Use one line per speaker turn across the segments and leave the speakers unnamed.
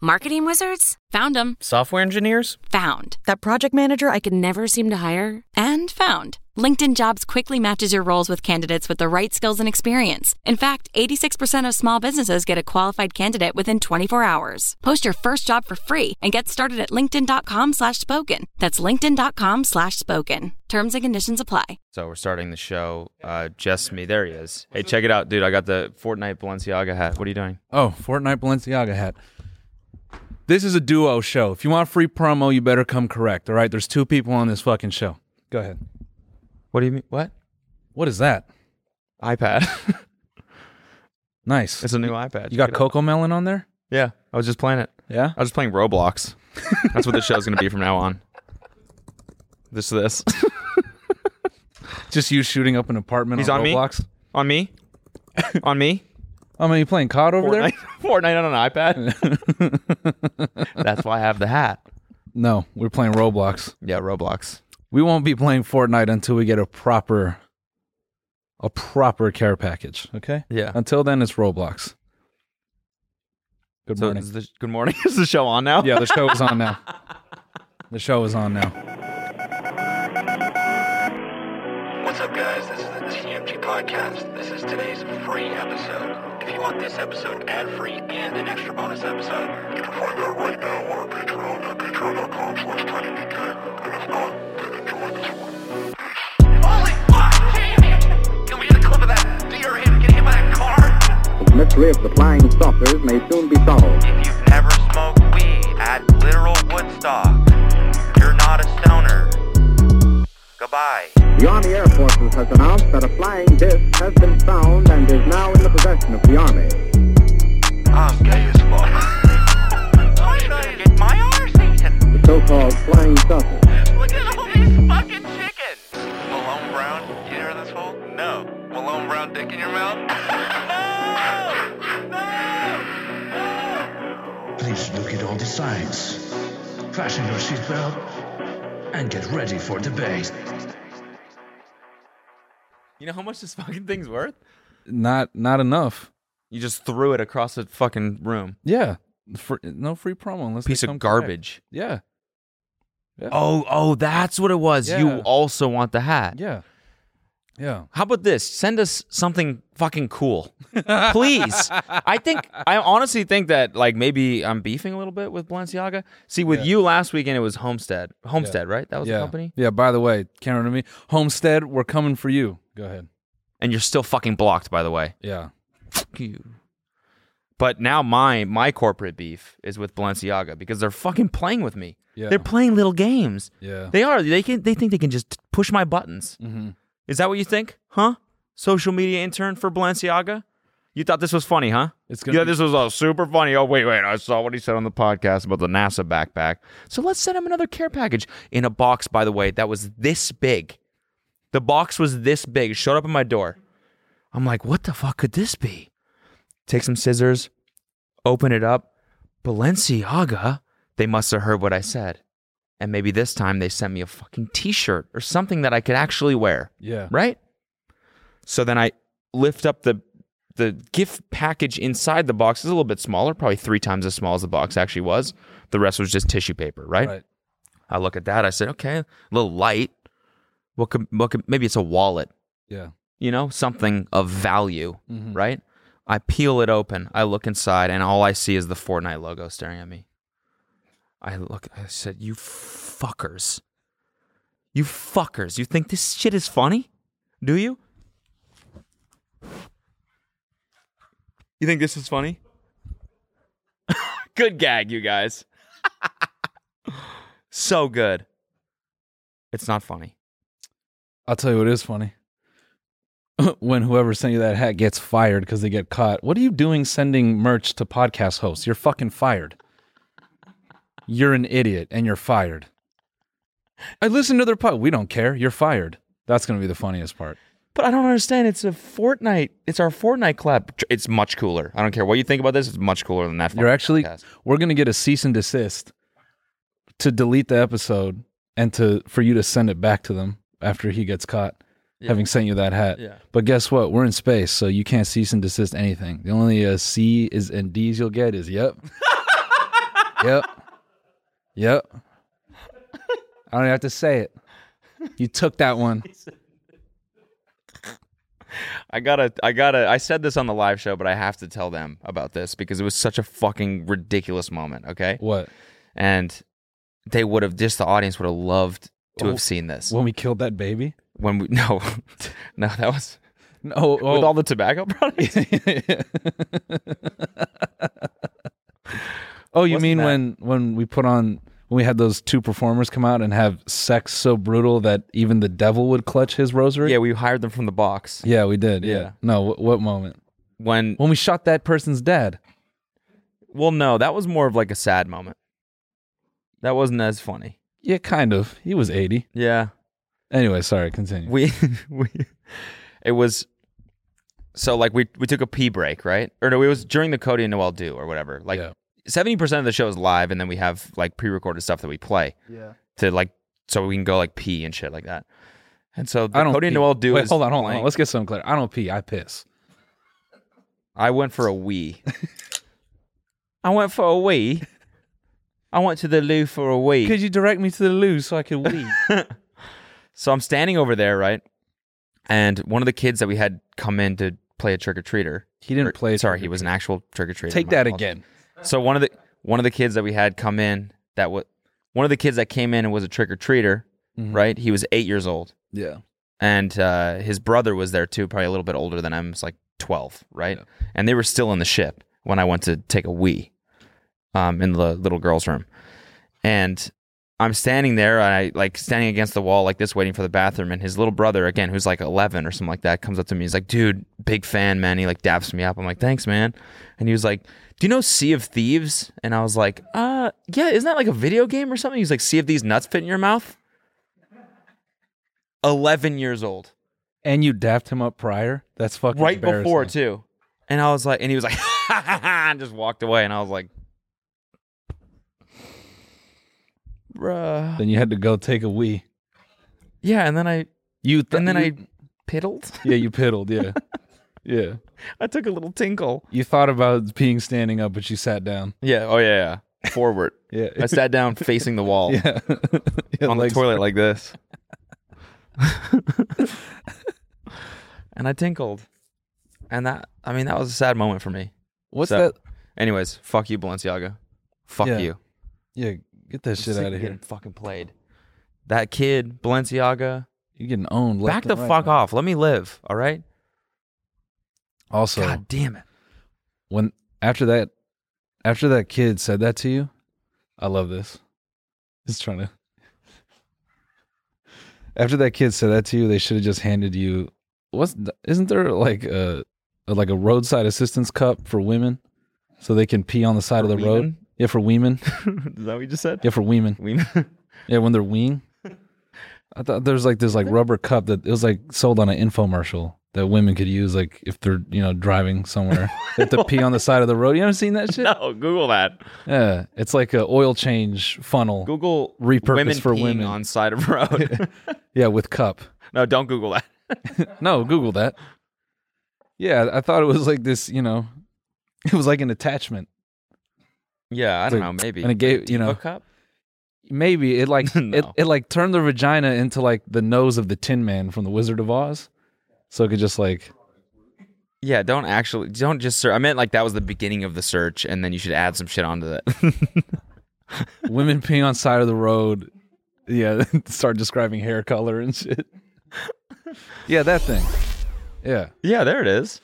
Marketing wizards? Found them.
Software engineers?
Found.
That project manager I could never seem to hire?
And found. LinkedIn Jobs quickly matches your roles with candidates with the right skills and experience. In fact, 86% of small businesses get a qualified candidate within 24 hours. Post your first job for free and get started at linkedin.com slash spoken. That's linkedin.com slash spoken. Terms and conditions apply.
So we're starting the show. Uh, just me. There he is. Hey, check it out, dude. I got the Fortnite Balenciaga hat. What are you doing?
Oh, Fortnite Balenciaga hat. This is a duo show. If you want free promo, you better come correct. All right, there's two people on this fucking show. Go ahead.
What do you mean? What?
What is that?
iPad.
Nice.
it's a new iPad.
you got
Check it out.
cocoa melon on there?
Yeah. I was just playing it.
Yeah.
I was just playing Roblox. That's what the show's gonna be from now on. This this.
Just you shooting up an apartment
He's
on,
on me?
Roblox.
on me? On me?
Oh man, you playing COD over
Fortnite.
there?
Fortnite on an iPad. That's why I have the hat.
No, we're playing Roblox.
Yeah, Roblox.
We won't be playing Fortnite until we get a proper, a proper care package. Okay.
Yeah.
Until then, it's Roblox. Good
So
morning.
is the, good morning. Is the show on now?
yeah, the show is on now. The show is on now.
What's up, guys? This is the TMG Podcast. This is today's free episode. If you want this episode ad-free and an extra bonus episode, you can find that right now on our Patreon at patreon.com slash tinydk. And if not, then enjoy this one. Holy fuck, Jamie! Can we get a clip of that deer him getting hit by a car?
The mystery of the flying saucers may soon be solved.
If you've never smoked weed at literal Woodstock, you're not a stoner. Goodbye.
The Army Air Forces has announced that a flying disc has been found and is now in the possession of the Army.
I'm gay as fuck. I'm trying to get my arse eaten.
The so-called flying saucer.
Look at all these fucking chickens. Malone Brown, you hear this hole? No. Malone Brown dick in your mouth? no! No! No!
Please look at all the signs. Fasten your seatbelt and get ready for debate.
You know how much this fucking thing's worth?
Not not enough.
You just threw it across the fucking room.
Yeah. Fr- no free promo unless they
Piece
come
of
correct.
garbage.
Yeah. Yeah.
Oh, oh, that's what it was. You
Yeah.
also want the hat.
Yeah. Yeah.
How about this? Send us something fucking cool. Please. I think I honestly think that like maybe I'm beefing a little bit with Balenciaga. See, with you last weekend it was Homestead. Homestead, right? That was
yeah.
the company.
Yeah. By the way, Karen and me, Homestead, we're coming for you. Go ahead.
And you're still fucking blocked, by the way.
Yeah.
Fuck you. But now my my corporate beef is with Balenciaga because they're fucking playing with me.
Yeah.
They're playing little games.
Yeah. Mm-hmm.
They are. They can. They think they can just push my buttons. Is that what you think? Huh? Social media intern for Balenciaga. You thought this was funny, huh?
It's
yeah.
gonna be-
this was all super funny. Oh wait, wait. I saw what he said on the podcast about the NASA backpack. So let's send him another care package in a box. By the way, that was this big. The box was this big. It showed up at my door. I'm like, what the fuck could this be? Take some scissors, open it up. Balenciaga. They must have heard what I said. And maybe this time they sent me a fucking t shirt or something that I could actually wear.
Yeah.
Right? So then I lift up the the gift package inside the box is a little bit smaller, probably three times as small as the box actually was. The rest was just tissue paper, right?
Right.
I look at that. I said, okay, a little light. What could, what could, maybe it's a wallet
Yeah.
you know, something of value, right? I peel it open. I look inside, and all I see is the Fortnite logo staring at me. I look. I said, "You fuckers! You fuckers! You think this shit is funny? Do you? You think this is funny? good gag, you guys. so good. It's not funny.
I'll tell you what is funny. when whoever sent you that hat gets fired because they get caught. What are you doing sending merch to podcast hosts? You're fucking fired. You're an idiot and you're fired. I listen to their pod. We don't care. You're fired. That's going to be the funniest part.
But I don't understand. It's a Fortnite. It's our Fortnite club. It's much cooler. I don't care what you think about this. It's much cooler than that.
You're
fucking
actually
podcast.
we're gonna get a cease and desist to delete the episode and to for you to send it back to them after he gets caught. having sent you that hat.
Yeah.
But guess what? We're in space, so you can't cease and desist anything. The only uh, C is and D's you'll get is yep, yep, yep. I don't even have to say it. You took that one.
I gotta, I gotta, I said this on the live show, but I have to tell them about this because it was such a fucking ridiculous moment, okay?
What?
And they would have, just the audience would have loved to have seen this.
When we killed that baby?
When we, no, no, that was
No. Oh,
with all the tobacco products.
oh, you
wasn't
mean
that-
when when we put on when we had those two performers come out and have sex so brutal that even the devil would clutch his rosary?
yeah, we hired them from the box.
Yeah, we did. Yeah.
Yeah.
No, what, what moment?
When,
When we shot that person's dad.
well, no, that was more of like a sad moment. That wasn't as funny.
Yeah, kind of. He was 80.
Yeah.
Anyway, sorry, continue.
we we it was so like we we took a pee break right or no it was during the Cody and Noel do or whatever like
Yeah.
seventy percent of the show is live and then we have like pre recorded stuff that we play yeah to like so we can go like pee and shit like that and so the
I don't
Cody
pee.
and Noel do
Wait,
is
hold on, hold
playing.
on. Let's get something clear. I don't pee, I piss.
I went for a wee I went for a wee I went to the loo for a wee
Could you direct me to the loo so I could wee?
So I'm standing over there, right? And one of the kids that we had come in to play a trick or treater.
He didn't play a
Sorry, he was an actual trick or treater.
Take that again.
So one of the one of the kids that we had come in that was one of the kids that came in and was a trick or treater,
Mm-hmm.
right? He was eight years old,
Yeah.
and uh, his brother was there too, probably a little bit older than him. It's like twelve, right? And they were still in the ship when I went to take a wee, um, in the little girls' room, and I'm standing there, I like standing against the wall like this, waiting for the bathroom. And his little brother, again, who's like 11 or something like that, comes up to me. He's like, "Dude, big fan, man." He like daps me up. I'm like, "Thanks, man." And he was like, "Do you know Sea of Thieves?" And I was like, "Uh, yeah, isn't that like a video game or something?" He's like, "Sea of Thieves nuts fit in your mouth." 11 years old,
And you dapped him up prior? That's fucking
right before
embarrassing.
too. And I was like, and he was like, and just walked away. And I was like, "Bruh."
Then you had to go take a wee.
Yeah, and then I
You th-
and then
you-
I piddled.
Yeah, you piddled, yeah. yeah.
I took a little tinkle.
You thought about peeing standing up, but you sat down.
Yeah. Oh yeah. yeah. Forward.
Yeah.
I sat down facing the wall
Yeah. Your
on the
legs-
toilet like this, and I tinkled. And that, I mean, that was a sad moment for me.
What's
So-
that?
Anyways, fuck you, Balenciaga. Fuck
Yeah.
you.
Yeah, get that shit
Sick
out of here.
Getting fucking played. That kid, Balenciaga.
You're getting owned.
Back
left
the
and right,
fuck
man.
off. Let me live. All right.
Also,
God damn it.
when after that, after that kid said that to you, I love this. He's trying to. After that kid said that to you, they should have just handed you. What's the, isn't there like a like a roadside assistance cup for women, so they can pee on the side
For
of the road?
women?
Yeah, for women.
Is that what you just said?
Yeah, for women.
We.
Yeah, when they're weeing. I thought there's like this like rubber cup that it was like sold on an infomercial that women could use like if they're you know driving somewhere they have to pee on the side of the road. You haven't seen that shit?
no, Oh, Google that.
Yeah, it's like a oil change funnel.
Google
Repurpose
women
for
peeing
women.
on side of road.
Yeah, with cup.
no, don't Google that.
No, Google that. Yeah, I thought it was like this. You know, it was like an attachment,
Yeah, I don't know,
Like,
maybe.
and it gave you
a
know
cup?
maybe it like
No.
it, it like turned the vagina into like the nose of the Tin Man from the Wizard of Oz, so it could just like
Yeah, don't actually don't just search. I meant like that was the beginning of the search and then you should add some shit onto that.
women peeing on side of the road. Yeah, start describing hair color and shit. Yeah, that thing. Yeah,
yeah, there it is.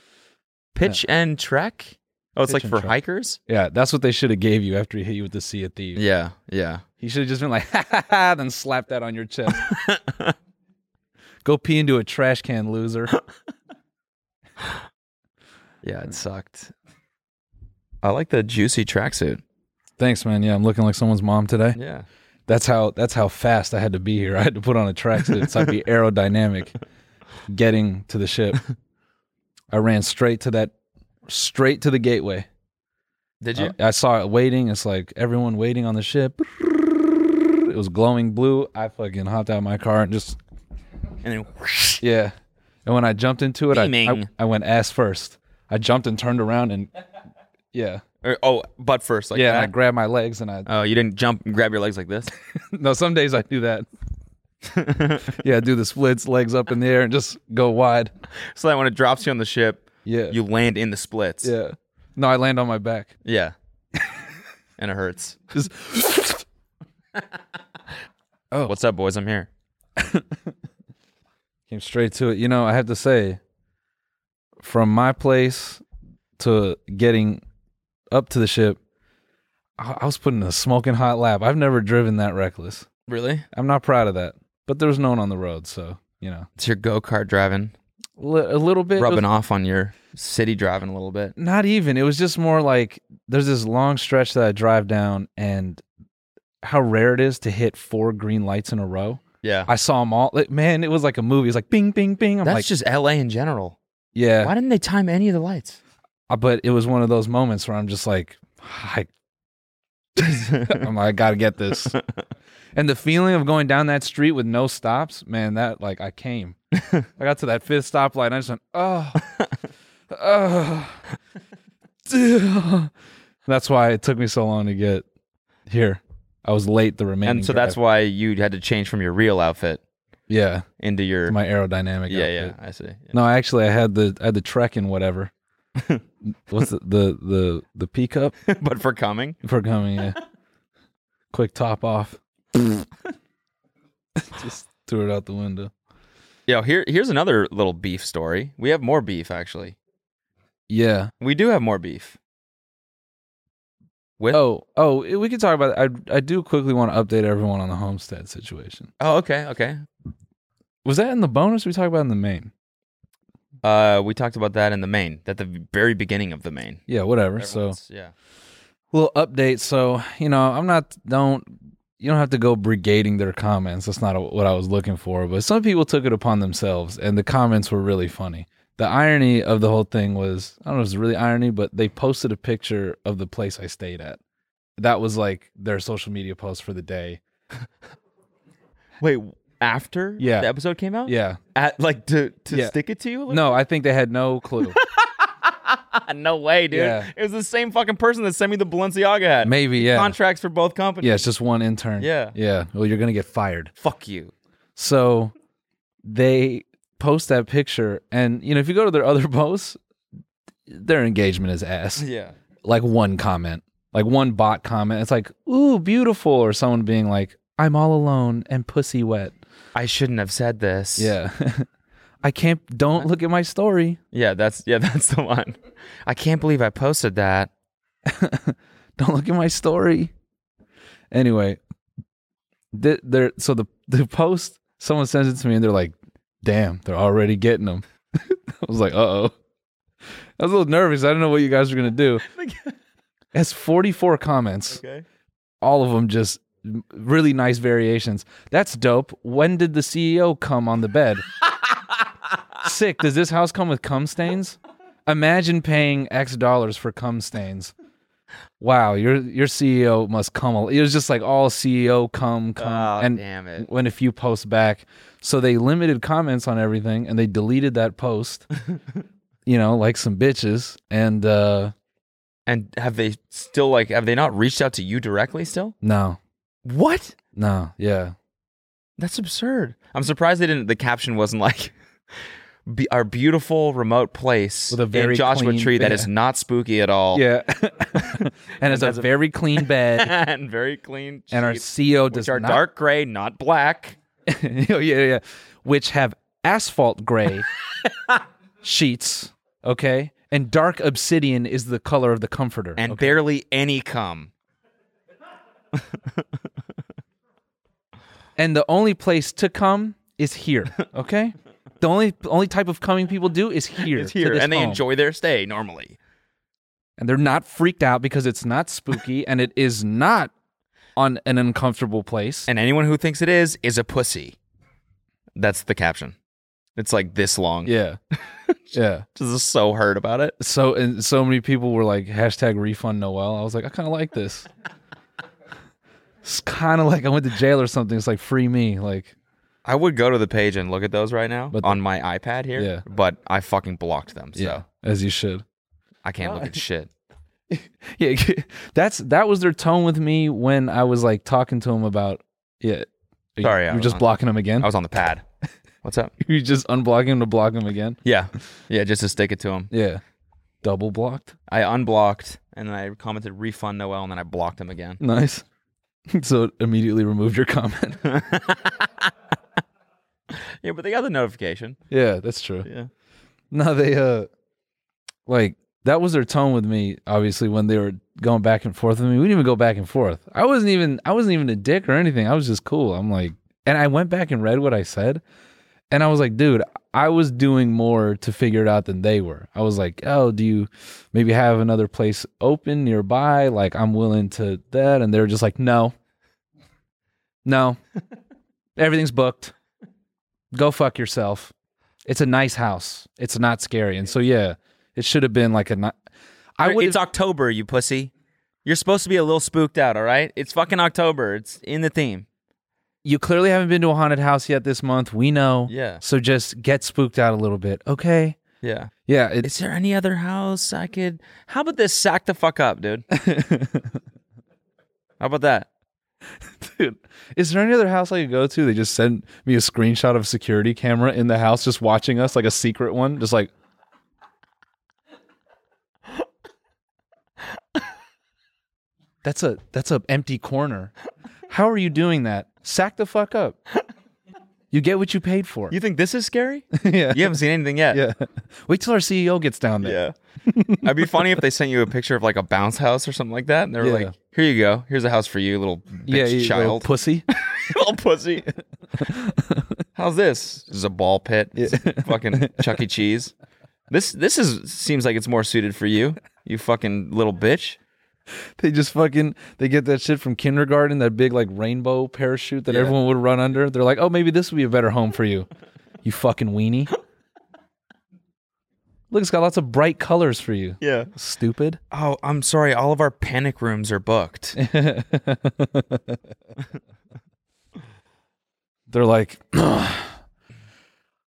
Pitch and trek? Oh, it's
Pitch
like
and
for
trek.
hikers?
yeah, that's what they should have gave you after he hit you with the sea of thieves.
Yeah, yeah.
He should have just been like, ha ha ha, then slapped that on your chest. Go pee into a trash can, loser.
Yeah, it sucked. I like the juicy tracksuit.
Thanks, man. Yeah, I'm looking like someone's mom today.
Yeah.
That's how that's how fast I had to be here. I had to put on a tracksuit so I'd be aerodynamic getting to the ship. I ran straight to that straight to the gateway.
Did you?
I, I saw it waiting. It's like everyone waiting on the ship. It was glowing blue. I fucking hopped out of my car and just
and then
yeah. And when I jumped into it, I, I
Beaming.
I went ass first. I jumped and turned around and yeah,
Or, oh, butt first, like
yeah. And I
that.
grabbed my legs and I
oh, you didn't jump and grab your legs like this.
no. Some days I do that. yeah, I do the splits, legs up in the air, and just go wide.
so that when it drops you on the ship,
Yeah.
you land in the splits.
Yeah. No, I land on my back.
Yeah. and it hurts.
Just-
Oh. What's up, boys? I'm here.
Came straight to it. You know, I have to say, from my place to getting up to the ship, I I was putting a smoking hot lap. I've never driven that reckless.
Really?
I'm not proud of that, but there was no one on the road, so you know,
It's your go kart driving,
Li- a little bit. it
rubbing
was-
off on your city driving a little bit.
Not even. It was just more like there's this long stretch that I drive down, and how rare it is to hit four green lights in a row.
Yeah.
I saw them all. Like, man, it was like a movie. It's like bing, bing, bing. I'm
That's
like,
just LA in general.
yeah.
Why didn't they time any of the lights?
Uh, But it was one of those moments where I'm just like, I, I'm like, I gotta get this. and the feeling of going down that street with no stops, man, that like I came. I got to that fifth stoplight and I just went, oh, oh. duh." that's why it took me so long to get here. I was late the remaining.
and so that's
drive.
why you had to change from your real outfit
yeah,
into your.
my aerodynamic.
yeah,
outfit.
yeah. I see. Yeah.
No, actually, I had the I had the Trek and whatever. What's the the the the P cup
but for coming,
for coming? Yeah. Quick top off. Just threw it out the window.
yo, here here's another little beef story. We have more beef actually.
Yeah.
We do have more beef. With oh,
Oh, oh, eh, we could talk about. I I do quickly want to update everyone on the homestead situation.
Oh, okay, okay.
Was that in the bonus we talked about in the main?
Uh, we talked about that in the main, at the very beginning of the main.
Yeah, whatever. so
Everyone's- yeah,
little update. So you know, I'm not don't you don't have to go brigading their comments. That's not what I was looking for. But some people took it upon themselves, and the comments were really funny. The irony of the whole thing was I don't know if it's really irony, but they posted a picture of the place I stayed at. That was like their social media post for the day.
Wait, after
Yeah.
the episode came out,
Yeah.
at like to to
Yeah.
stick it to you. Ah,
No, I think they had no clue.
no way, dude.
Yeah.
It was the same fucking person that sent me the Balenciaga hat.
Maybe, yeah.
Contracts for both companies.
Yeah, it's just one intern.
Yeah.
Yeah. Well, you're gonna get fired.
Fuck you.
So they post that picture, and you know, if you go to their other posts, their engagement is ass.
Yeah.
Like one comment, like one bot comment. It's like, ooh, beautiful, or someone being like, I'm all alone and pussy wet.
I shouldn't have said this.
Yeah. I can't don't look at my story.
Yeah, that's yeah, that's the one. I can't believe I posted that.
Don't look at my story. Anyway, th- there so the the post someone sends it to me and they're like, "Damn, they're already getting them." I was like, "Uh oh." I was a little nervous. I didn't know what you guys were gonna do. That's forty four comments.
Okay.
All of them just really nice variations. That's dope. When did the CEO come on the bed? Sick. Does this house come with cum stains? Imagine paying X dollars for cum stains wow, your your CEO must come. al- It was just like all E CEO come come,
Oh,
and
damn it.
when a few posts back, so they limited comments on everything, and they deleted that post. you know, like some bitches, and uh
And have they still like have they not reached out to you directly still?
no,
What?
no, yeah,
That's absurd. I'm surprised they didn't the caption wasn't like be, our beautiful remote place
With a
in
very
Joshua
clean-
Tree that is
yeah.
not spooky at all.
yeah, and it's a
That's a-
very clean bed,
and very clean.
and our
sheets,
CEO does
which are
not,
dark gray, not black.
yeah, yeah, yeah, which have asphalt gray sheets, okay, and dark obsidian is the color of the comforter,
and
okay?
barely any cum.
and the only place to come is here. Okay, the only only type of coming people do is here.
It's
to
here,
this
and they
home.
enjoy their stay normally.
and they're not freaked out because it's not spooky and it is not on an uncomfortable place.
And anyone who thinks it is is a pussy. That's the caption. It's like this long.
yeah, yeah.
Just so hurt about it.
So and so many people were like hashtag refund Noel. I was like, I kind of like this. It's kind of like I went to jail or something. It's like free me. Like
I would go to the page and look at those right now
But-
on my iPad here,
Yeah.
but I fucking blocked them, so
Yeah, as you should.
I can't look at shit.
Yeah, that's that was their tone with me when I was like talking to him about yeah.
Sorry, I
you're
was
just
on-
blocking him again.
I was on the pad. What's up?
you just unblocking him to block him again.
Yeah, yeah, just to stick it to him.
Yeah, double blocked.
I unblocked and then I commented refund Noel and then I blocked him again.
Nice. so it immediately removed your comment.
Yeah, but they got the notification.
yeah, that's true.
Yeah.
No, they uh like that was their tone with me, obviously, when they were going back and forth with me. We didn't even go back and forth. I wasn't even I wasn't even a dick or anything. I was just cool. I'm like and I went back and read what I said and I was like, dude, I was doing more to figure it out than they were. I was like, oh, do you maybe have another place open nearby? Like I'm willing to that. And they were just like, no. No. Everything's booked. Go fuck yourself it's a nice house. It's not scary. And so yeah, it should have been like a ni- I would
It's October, you pussy. You're supposed to be a little spooked out, all right? It's fucking October. It's in the theme.
you clearly haven't been to a haunted house yet this month. We know.
Yeah.
So just get spooked out a little bit. Okay.
Yeah.
Yeah, it,
Is there any other house I could? How about this? Sack the fuck up, dude. How about that?
dude. Is there any other house I could go to? They just sent me a screenshot of a security camera in the house just watching us like a secret one, just like That's a that's a empty corner. How are you doing that? Sack the fuck up. You get what you paid for.
You think this is scary?
yeah.
You haven't seen anything yet.
Yeah. Wait till our CEO gets down there.
Yeah. It'd be funny if they sent you a picture of like a bounce house or something like that. And they were
Yeah.
like, here you go. Here's a house for you, little bitch
you little
child.
pussy.
little pussy. How's this? This is a ball pit. It's fucking Chuck E. Cheese. This this is seems like it's more suited for you. You fucking little bitch.
they just fucking they get that shit from kindergarten, that big like rainbow parachute that everyone would run under. They're like, oh, maybe this would be a better home for you. You fucking weenie. Look, it's got lots of bright colors for you.
Yeah.
Stupid.
Oh, I'm sorry. All of our panic rooms are booked.
They're like,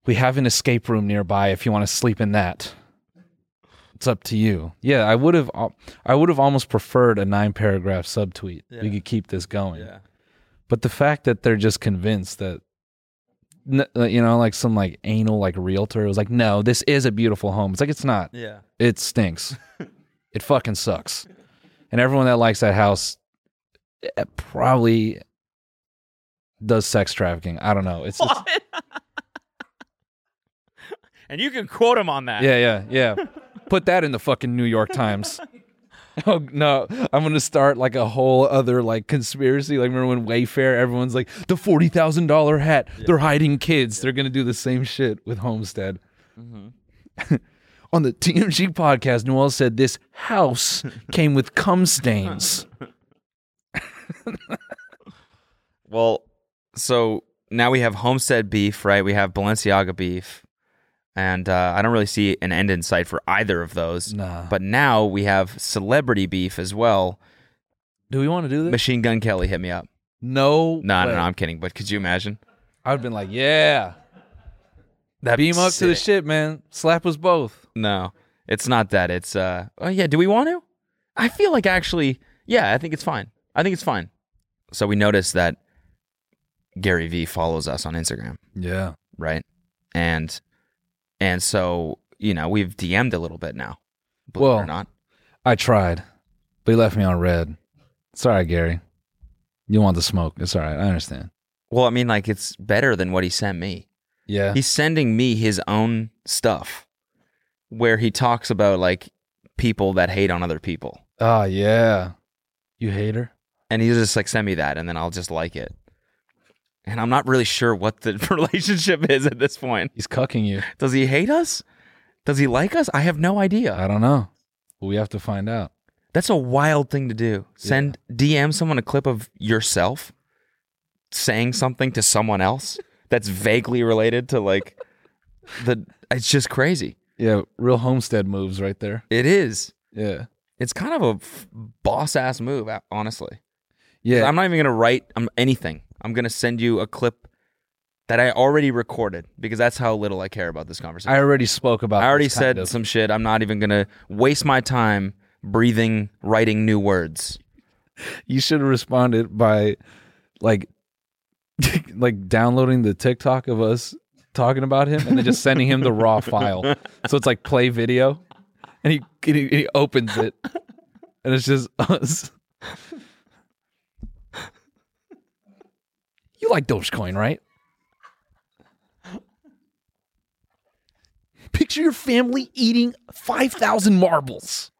we have an escape room nearby if you want to sleep in that. It's up to you. Yeah, I would have I would have almost preferred a nine paragraph subtweet. We could keep this going.
Yeah.
But the fact that they're just convinced that n- uh, you know, like some like anal like realtor was like, "No, this is a beautiful home." It's like it's not.
Yeah.
It stinks. it fucking sucks. And everyone that likes that house eh, probably does sex trafficking. I don't know. It's just,
And you can quote him on that.
yeah, yeah, yeah. Put that in the fucking New York Times. Oh no, I'm gonna start like a whole other like conspiracy. Like remember when Wayfair, everyone's like the forty thousand dollar hat. They're hiding kids. They're gonna do the same shit with Homestead. Mm-hmm. On the TMG podcast, Noel said this house came with cum stains.
Well, so now we have Homestead beef, right? We have Balenciaga beef. And uh, I don't really see an end in sight for either of those.
Nah.
But now we have celebrity beef as well.
Do we want to do this?
Machine Gun Kelly hit me up.
no,
No, no,
way.
no, I'm kidding. But could you imagine?
I've been like, yeah,
That
beam up to the shit, man. Slap us both.
No, it's not that. It's uh. Oh yeah. Do we want to? I feel like actually. Yeah, I think it's fine. I think it's fine. So we noticed that Gary V follows us on Instagram,
Yeah,
right? And and so you know we've DM'd a little bit now. Believe it
Well,
or not.
I tried, but he left me on red. It's all right, Gary. You want the smoke. It's all right. I understand.
Well, I mean, like it's better than what he sent me.
Yeah.
He's sending me his own stuff, where he talks about like people that hate on other people.
Ah, yeah. You hater?
and he's just like send me that and then i'll just like it and i'm not really sure what the relationship is at this point
He's cucking you.
does he hate us does he like us i have no idea
I don't know. We have to find out.
that's a wild thing to do send dm someone a clip of yourself saying something to someone else that's vaguely related to like the it's just crazy
Yeah, real homestead moves right there.
it is
Yeah.
it's kind of a boss ass move honestly
Yeah.
I'm not even gonna write um, anything. I'm gonna send you a clip that I already recorded because that's how little I care about this conversation.
I already spoke about.
I already
this, kind
said
of.
some shit. I'm not even gonna waste my time breathing, writing new words.
You should have responded by, like, like downloading the TikTok of us talking about him and then just sending him the raw file. So it's like play video, and he and he, he opens it, and it's just us. You like Dogecoin, right? Picture your family eating five thousand marbles.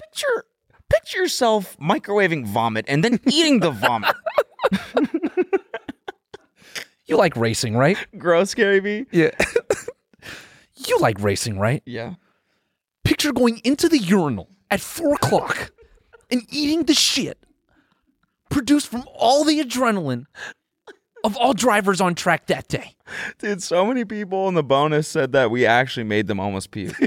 Picture, picture yourself microwaving vomit and then eating the vomit.
You like racing, right?
Gross, Gary B.
Yeah. you like racing, right?
Yeah.
Picture going into the urinal at four o'clock and eating the shit produced from all the adrenaline of all drivers on track that day.
Dude, so many people in the bonus said that we actually made them almost puke.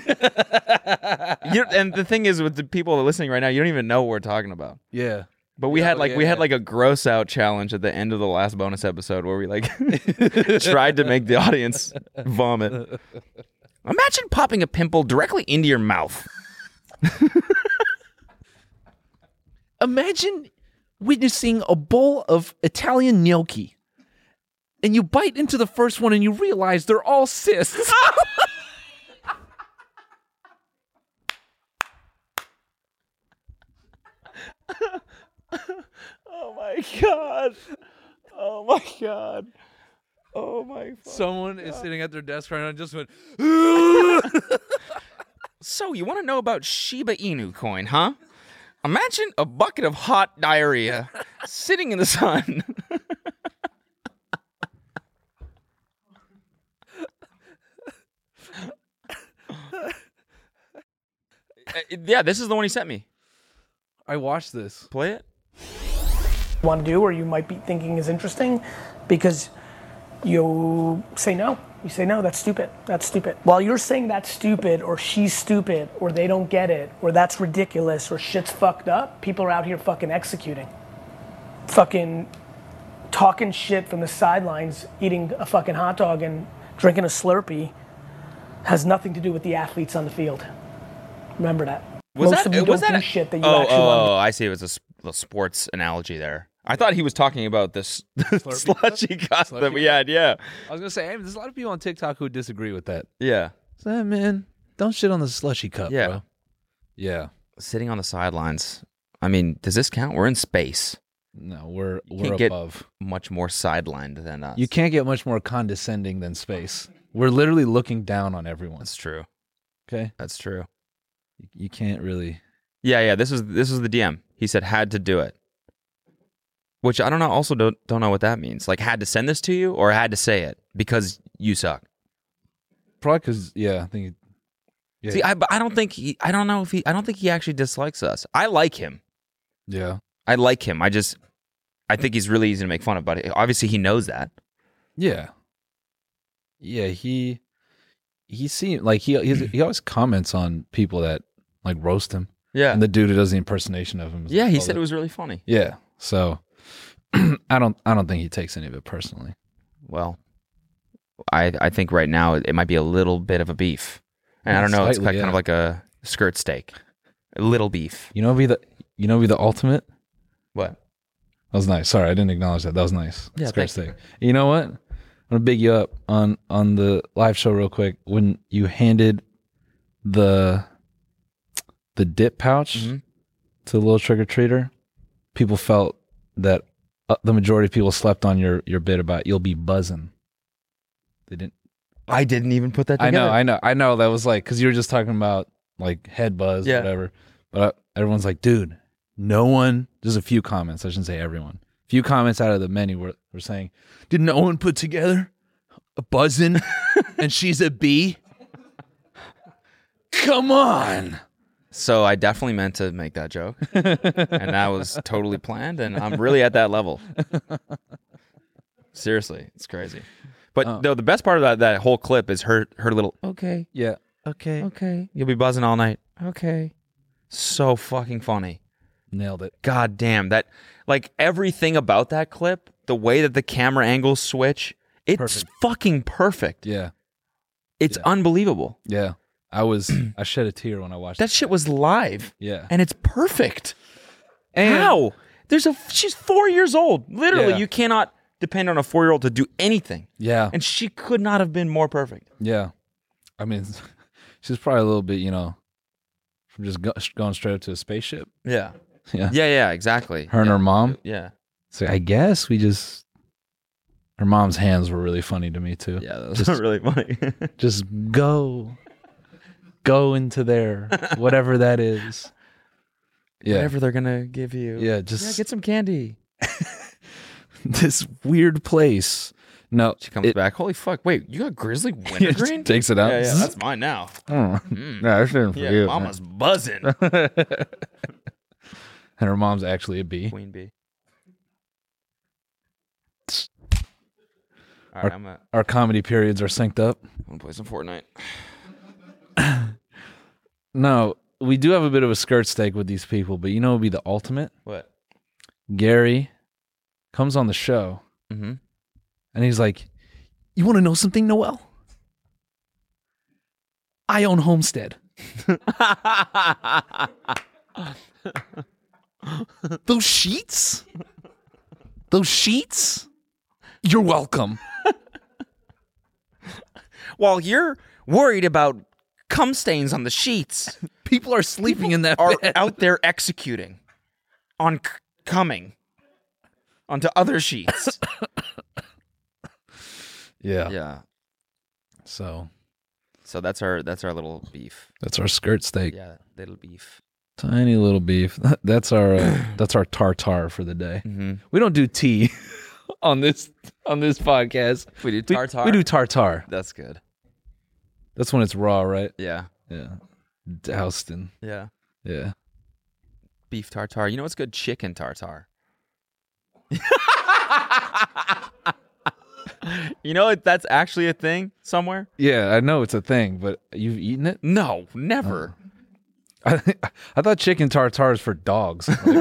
You- and the thing is, with the people that are listening right now, you don't even know what we're talking about.
Yeah.
But we had like we
yeah,
had
yeah.
like a gross out challenge at the end of the last bonus episode where we like tried to make the audience vomit. Imagine popping a pimple directly into your mouth.
Imagine witnessing a bowl of Italian gnocchi and you bite into the first one and you realize they're all cysts.
Oh my god. Oh my god. Oh my
Someone is sitting at their desk right now and just went,
So, you want to know about Shiba Inu coin, huh? Imagine a bucket of hot diarrhea sitting in the sun. Uh, yeah, this is the one he sent me.
I watched this.
Play it.
want to do or you might be thinking is interesting because you say no. You say no, that's stupid. That's stupid. While you're saying that's stupid or she's stupid or they don't get it or that's ridiculous or shit's fucked up, people are out here fucking executing. Fucking talking shit from the sidelines, eating a fucking hot dog and drinking a Slurpee has nothing to do with the athletes on the field. Remember that.
Was
Most
that
of you
was
don't
that
do shit that you
oh,
actually
oh,
wanna
oh, I see. It was a, sp- a sports analogy there. I thought he was talking about this slushy cup that we had. Yeah,
I was gonna say, hey, there's a lot of people on TikTok who disagree with that.
yeah,
So, hey, man, don't shit on the slushy cup,
yeah.
bro. Yeah.
Sitting on the sidelines. I mean, does this count? We're in space.
No, we're
can't
we're
get-
above.
Much more sidelined than us.
You can't get much more condescending than space. We're literally looking down on everyone.
That's true.
Okay.
That's true.
You can't really.
Yeah, yeah. This is this is the DM. He said had to do it, which I don't know. Also, don't don't know what that means. Like had to send this to you, or had to say it because you suck.
Probably because yeah, I think. Yeah.
See, I but I don't think he. I don't know if he. I don't think he actually dislikes us. I like him.
yeah.
I like him. I just. I think he's really easy to make fun of, but obviously he knows that.
Yeah. Yeah. He. He seemed like he he's, he always comments on people that like roast him,
Yeah.
and the dude who does the impersonation of him. is
yeah,
like,
he
oh,
said
that-
it was really funny.
Yeah. So I don't I don't think he takes any of it personally.
Well, I I think right now it, it might be a little bit of a beef, and I don't know. It's ki- kind
Slightly, yeah.
of like a skirt steak, a little beef.
You know be the you know be the ultimate?
What?
That was nice. Sorry, I didn't acknowledge that. That was nice.
Yeah,
That's great
thank
steak. You know what? I'm gonna big you up on on the live show real quick. When you handed the the dip pouch
Mhm.
to the little trick or treater, people felt that uh, the majority of people slept on your your bit about you'll be buzzing. They didn't
I didn't even put that
I
together.
know, I know, I know. That was like because you were just talking about like head buzz,
Yeah.
whatever. But I, everyone's like, dude, no one. There's a few comments. I shouldn't say everyone. Few comments out of the many were were saying, did no one put together a buzzing and she's a bee? Come on.
So I definitely meant to make that joke, and that was totally planned. And I'm really at that level. Seriously, it's crazy. But
Oh.
no, the best part of that, that whole clip is her her little okay,
Yeah. Okay.
okay, you'll be buzzing all night. Okay, so fucking funny.
Nailed it.
God damn that! Like everything about that clip, the way that the camera angles switch, It's
Perfect.
fucking perfect.
Yeah.
It's unbelievable.
Yeah. I was I shed a tear when I watched
That shit was live.
Yeah.
And it's perfect. How? There's a she's four years old. Literally,
Yeah.
you cannot depend on a four year old to do anything.
Yeah.
And she could not have been more perfect.
Yeah. I mean, she's probably a little bit, you know, from just go, going straight up to a spaceship.
Yeah.
Yeah.
Yeah, yeah, exactly.
Her and her mom.
Yeah.
So I guess we just. Her mom's hands were really funny to me too.
Yeah, that's
Just,
really funny.
just go, go into there, whatever that is. Yeah.
Whatever they're gonna give you.
Yeah. Just
Yeah, get some candy.
this weird place. No,
She comes
it-
back. Holy fuck! Wait, you got grizzly
it
wintergreen?
just takes it out.
Yeah, yeah, that's mine now.
Mm. Yeah, that's it for
Hmm. Yeah,
you.
mama's buzzing.
And her mom's actually a bee.
Queen bee. All right, I'm gonna,
Our comedy periods are synced up.
I'm gonna play some Fortnite.
No, we do have a bit of a skirt steak with these people, but you know, it'd be the ultimate.
What?
Gary comes on the show
Mm-hmm.
and he's like, "You want to know something, Noel? I own Homestead. Those sheets, those sheets. You're welcome.
While you're worried about cum stains on the sheets,
People are sleeping in that
are
bed.
out there executing on c- coming onto other sheets.
Yeah.
yeah.
So
So that's our that's our little beef.
that's our skirt steak.
Yeah, little beef.
Tiny little beef. That's our uh, that's our tartar for the day.
Mm-hmm.
We don't do tea on this on this podcast.
We do
We-
tartar.
We, do tartar.
That's good.
That's when it's raw, right?
Yeah.
Yeah. Doused in.
Yeah.
Yeah.
Beef tartare. You know what's good? Chicken tartare. you know what? That's actually a thing somewhere.
Yeah, I know it's a thing, but you've eaten it.
No, never.
Oh. I, thought chicken tartar is for dogs. Like,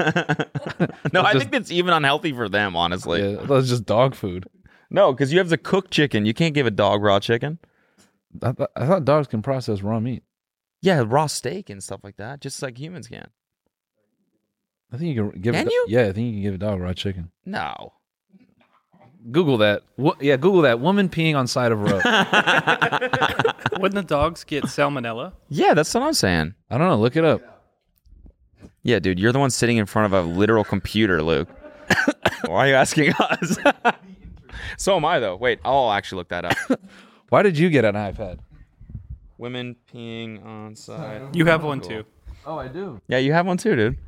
no, I
just-
think that's even unhealthy for them, honestly.
yeah, I thought it was just dog food.
No, because you have to cook chicken. You can't give a dog raw chicken.
I, thought I thought dogs can process raw meat.
Yeah, raw steak and stuff like that, just like humans can.
I think you can give.
Can
a, do-
you?
Yeah, I think you can give a dog raw chicken.
No.
Google that. Wo- yeah, Google that. Woman peeing on side of road. I
Wouldn't the dogs get salmonella?
Yeah, that's what I'm saying.
don't know. Look it up.
Yeah, dude, you're the one sitting in front of a literal computer, Luke. Why are you asking us? so am I, though. Wait, I'll actually look that up.
Why did you get an iPad?
Women peeing on side.
You have one too.
Oh, I do.
Yeah, you have one too, dude.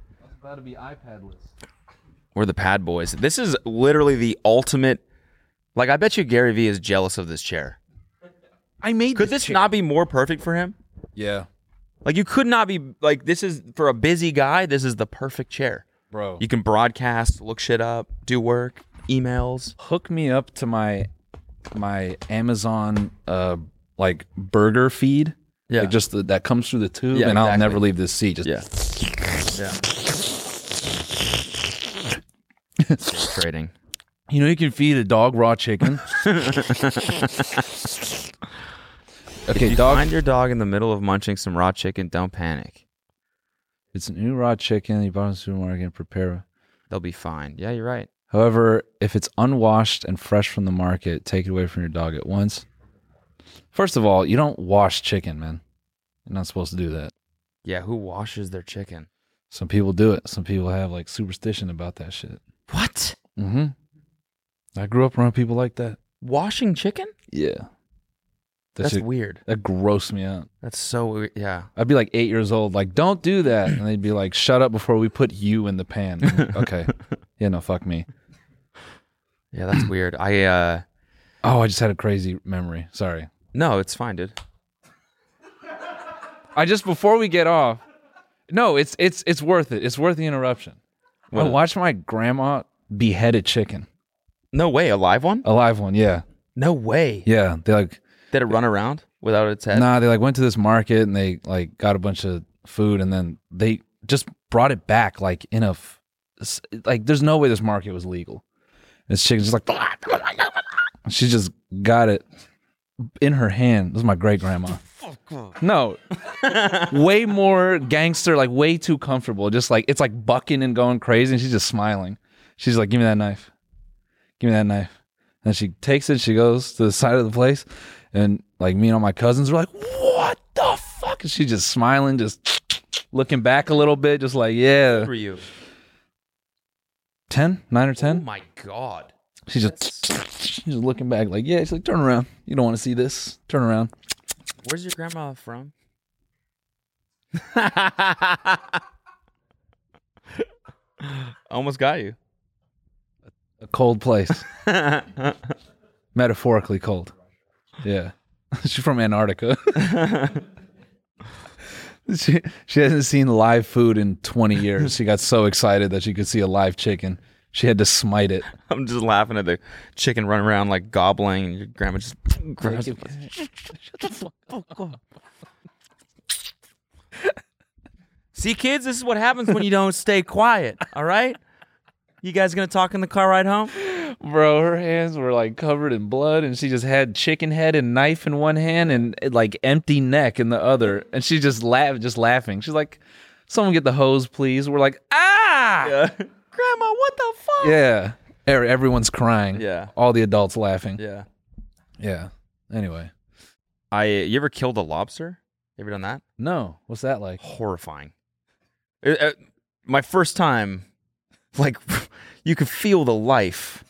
That'll be iPadless.
We're the pad boys. This is literally the ultimate. Like, I bet you Gary Vee is jealous of this chair.
I made.
Could this not be more perfect for him?
Yeah,
Like, you could not be. Like, this is for a busy guy, this is the perfect chair.
bro.
You can broadcast, look shit up, do work, emails.
hook me up to my my Amazon uh like burger feed.
Yeah.
Like just the, that comes through the tube,
Yeah,
and I'll
exactly.
never leave this seat. Just
Yeah. Yeah. Trading.
you know, you can feed a dog raw chicken. okay,
you
dog.
find your dog in the middle of munching some raw chicken, don't panic.
it's new raw chicken. You bought it in the supermarket and prepare.
They'll be fine. Yeah, you're right.
However, if it's unwashed and fresh from the market, take it away from your dog at once. First of all, you don't wash chicken, man. You're not supposed to do that.
Yeah, who washes their chicken?
Some people do it. Some people have like superstition about that shit.
What?
Mm-hmm. I grew up around people like that.
Washing chicken?
Yeah. That
That's
shit-
weird.
That grossed me out.
That's so weird. Yeah.
I'd be like eight years old, like, don't do that. And they'd be like, shut up before we put you in the pan. And- okay. Yeah, no, fuck me.
Yeah, that's weird. I uh
Oh, I just had a crazy memory. Sorry.
no, it's fine, dude.
I just before we get off. No, it's it's it's worth it. It's worth the interruption. I watched my grandma behead a chicken.
No way, a live one?
A live one, yeah.
No way.
Yeah. They like
Did it run around without its head?
Nah, they like went to this market and they like got a bunch of food and then they just brought it back like in a f- s- like there's no way this market was legal. This chicken's just like and she's just got it in her hand. This is my great grandma. No, way more gangster, like way too comfortable. Just like it's like bucking and going crazy, and she's just smiling. She's like, "Give me that knife, give me that knife." And she takes it. She goes to the side of the place, and like me and all my cousins were like, "What the fuck?" And she's just smiling, just looking back a little bit, just like, "Yeah."
For you.
Ten, nine or
Oh
ten.
my god.
She's just she's just looking back, like, yeah. She's like, turn around. You don't want to see this. Turn around.
Where's your grandma from? Almost got you.
A cold place, metaphorically cold. Yeah, she's from Antarctica. she she hasn't seen live food in twenty years. She got so excited that she could see a live chicken. She had to smite it.
I'm just laughing at the chicken running around like gobbling, and your grandma just grabs it. See, kids, this is what happens when you don't stay quiet. All right, you guys gonna talk in the car ride home?
Bro, her hands were like covered in blood, and she just had chicken head and knife in one hand and like empty neck in the other. And she just laughed, just laughing. She's like, "Someone get the hose, please." We're like, "Ah, yeah."
Grandma, what the fuck?
Er- Everyone's crying.
Yeah.
all the adults laughing.
Yeah.
Yeah. Anyway,
I. You ever killed a lobster? You ever done that?
no, what's that like?
horrifying. It- uh, my first time, like you could feel the life,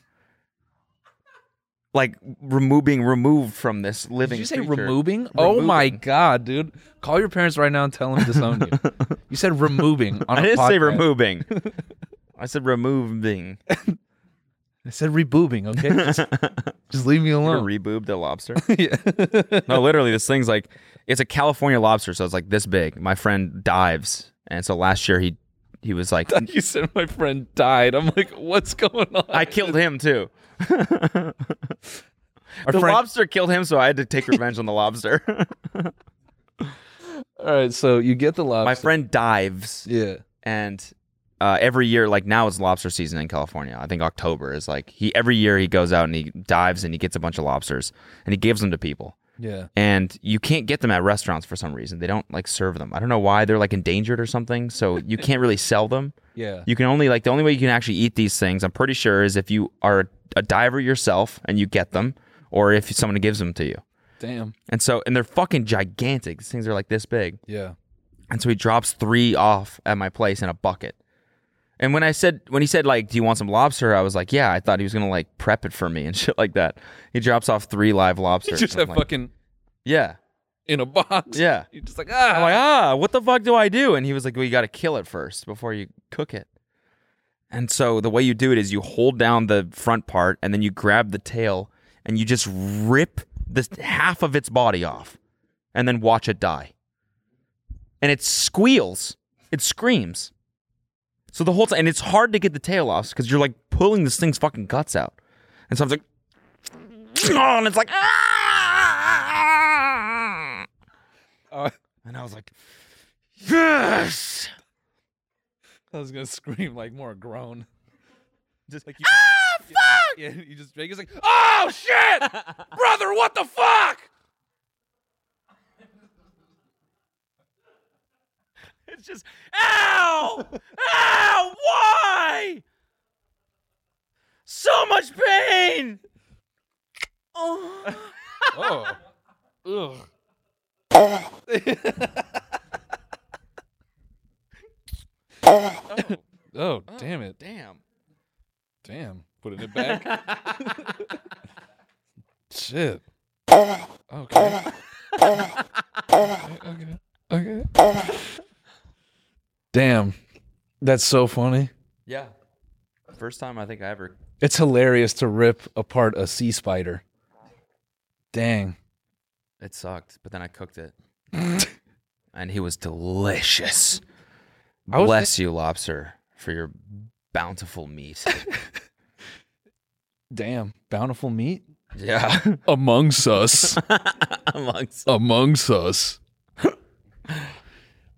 like remo- being removed from this living.
Did you say
creature.
removing? Oh my
Removing.
god, dude! Call your parents right now and tell them to disown you. you said removing. On
I
a
didn't say
podcast.
removing. I said removing.
I said reboobing. Okay, just, just leave me
Ever
alone.
reboobed a lobster?
Yeah.
no, literally, this thing's like it's a California lobster, so it's like this big. My friend dives, and so last year he he was like,
you said my friend died. I'm like, what's going on?
I killed him too.
Our
the
friend-
lobster killed him, so I had to take revenge on the lobster.
All right, so you get the lobster.
my friend dives
Yeah.
and uh, every year like now it's lobster season in california i think october is like he every year he goes out and he dives and he gets a bunch of lobsters and he gives them to people
Yeah.
and you can't get them at restaurants for some reason they don't like serve them i don't know why they're like endangered or something so you can't really sell them
Yeah.
you can only like the only way you can actually eat these things i'm pretty sure is if you are a diver yourself and you get them or if someone gives them to you
Damn.
and so and they're fucking gigantic these things are like this big
Yeah.
and so he drops three off at my place in a bucket. And when I said, when he said, like, do you want some lobster? I was like, yeah, I thought he was going to, like, prep it for me and shit like that. He drops off three live lobsters.
just
and I'm
have
like,
fucking
Yeah.
in a box.
Yeah.
You're just like
I'm
ah.
like, ah, what the fuck do I do? And he was like, well, you got to kill it first before you cook it. And so the way you do it is you hold down the front part and then you grab the tail and you just rip the half of its body off and then watch it die. And it squeals, it screams. So the whole time, and it's hard to get the tail off because you're like pulling this thing's fucking guts out. And so I was like, and it's like, "Ah!"
Oh,
and I was like, yes.
I was gonna scream like more groan.
Just like
Yeah, you just Vegas like, oh shit, brother, what the fuck?
it's just ow, ow, why? So much pain.
Oh, ugh. oh, damn it,
Damn.
damn, putting it back. shit. Okay. okay. Okay. Okay. Damn, that's so funny.
Yeah. First time I think I ever.
It's hilarious to rip apart a sea spider. Dang.
It sucked, but then I cooked it, and he was delicious.
I was
Bless you, lobster, for your bountiful meat.
Damn. Bountiful meat?
yeah.
Amongst us.
Amongst.
Amongst us.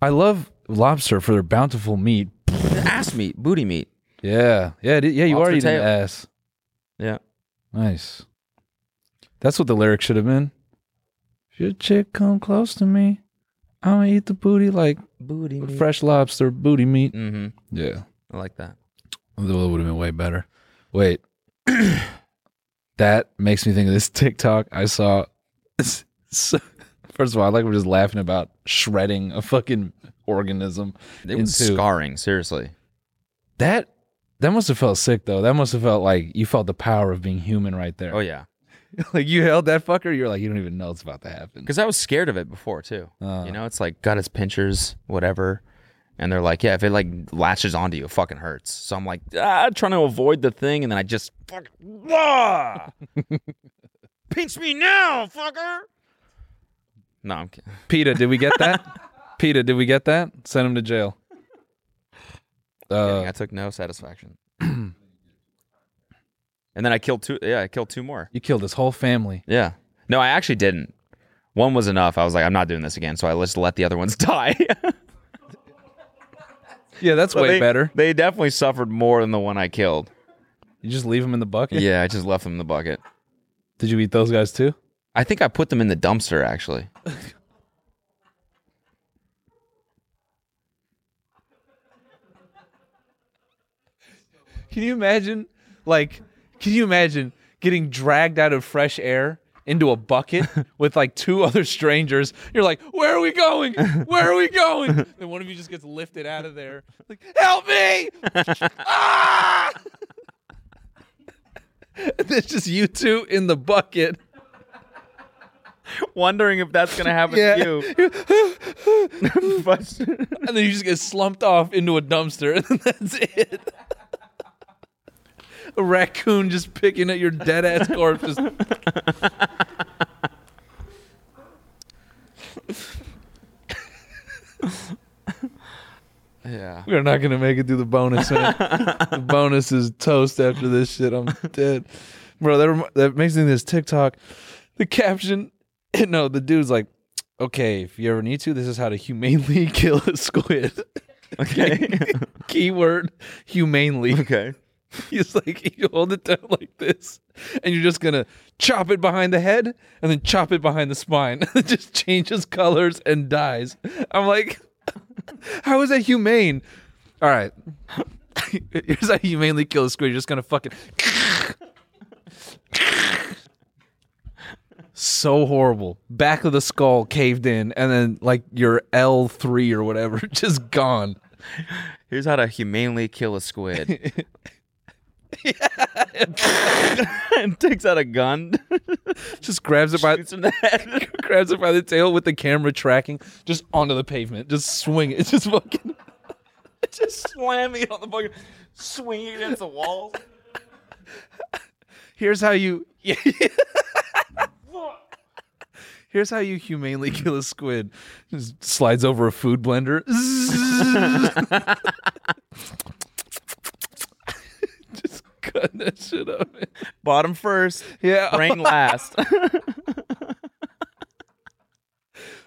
I love lobster for their bountiful meat.
Ass meat, booty meat.
Yeah. Yeah, it- yeah, you are
Lobster
eating
tail.
ass.
Yeah.
Nice. That's what the lyric should have been. If your chick come close to me, I'm gonna eat the booty like
booty
fresh lobster booty meat.
Mm-hmm.
Yeah,
I like that.
that would have been way better. Wait, that makes me think of this TikTok I saw. So- First of all, I like we're just laughing about shredding a fucking organism.
It was
into-
scarring, seriously.
that that must have felt sick though. That must have felt like you felt the power of being human right there.
Oh yeah,
like you held that fucker, you're like you don't even know it's about to happen.
because I was scared of it before too.
Uh.
you know, it's like got its pinchers, whatever, and they're like, yeah, if it like latches onto you, it fucking hurts. So I'm like, ah, trying to avoid the thing, and then I just fuck, ah! pinch me now, fucker. No, I'm kidding.
Peta, did we get that? Peta, did we get that? Send him to jail. Uh,
I took no satisfaction. and then I killed two. Yeah, I killed two more.
you killed his whole family.
Yeah. No, I actually didn't. One was enough. I was like, I'm not doing this again. So I just let the other ones die.
Yeah, that's
But
way
they-
better.
They definitely suffered more than the one I killed.
You just leave him in the bucket.
Yeah, I just left them in the bucket.
Did you eat those guys too?
I think I put them in the dumpster actually.
Can you imagine? Like, can you imagine getting dragged out of fresh air into a bucket with like two other strangers? You're like, where are we going? Where are we going? Then one of you just gets lifted out of there. Like, help me! ah! And it's just you two in the bucket.
Wondering if that's gonna happen to you. But-
And then you just get slumped off into a dumpster, and that's it. a raccoon just picking at your dead ass corpse. Just...
yeah.
We're not gonna make it through the bonus, man. the bonus is toast after this shit. I'm dead, bro. That rem- that makes me think of this TikTok. The caption, no, the dude's like, okay, if you ever need to, this is how to humanely kill a squid.
Okay.
Keyword humanely.
okay.
He's like, you hold it down like this, and you're just gonna chop it behind the head, and then chop it behind the spine. it just changes colors and dies. I'm like, how is that humane? All right, here's how you humanely kill a squid. You're just gonna fucking. So horrible. Back of the skull caved in, and then like your L three or whatever, just gone.
Here's how to humanely kill a squid. and takes out a gun.
Just grabs it by
Shoots him in the head.
grabs it by the tail with the camera tracking, just onto the pavement, just swing it, just fucking.
Just slamming on the fucking swinging against the walls.
Here's how you. Yeah. Here's how you humanely kill a squid. Just slides over a food blender. just cut that shit up.
Bottom first,
Yeah.
brain last.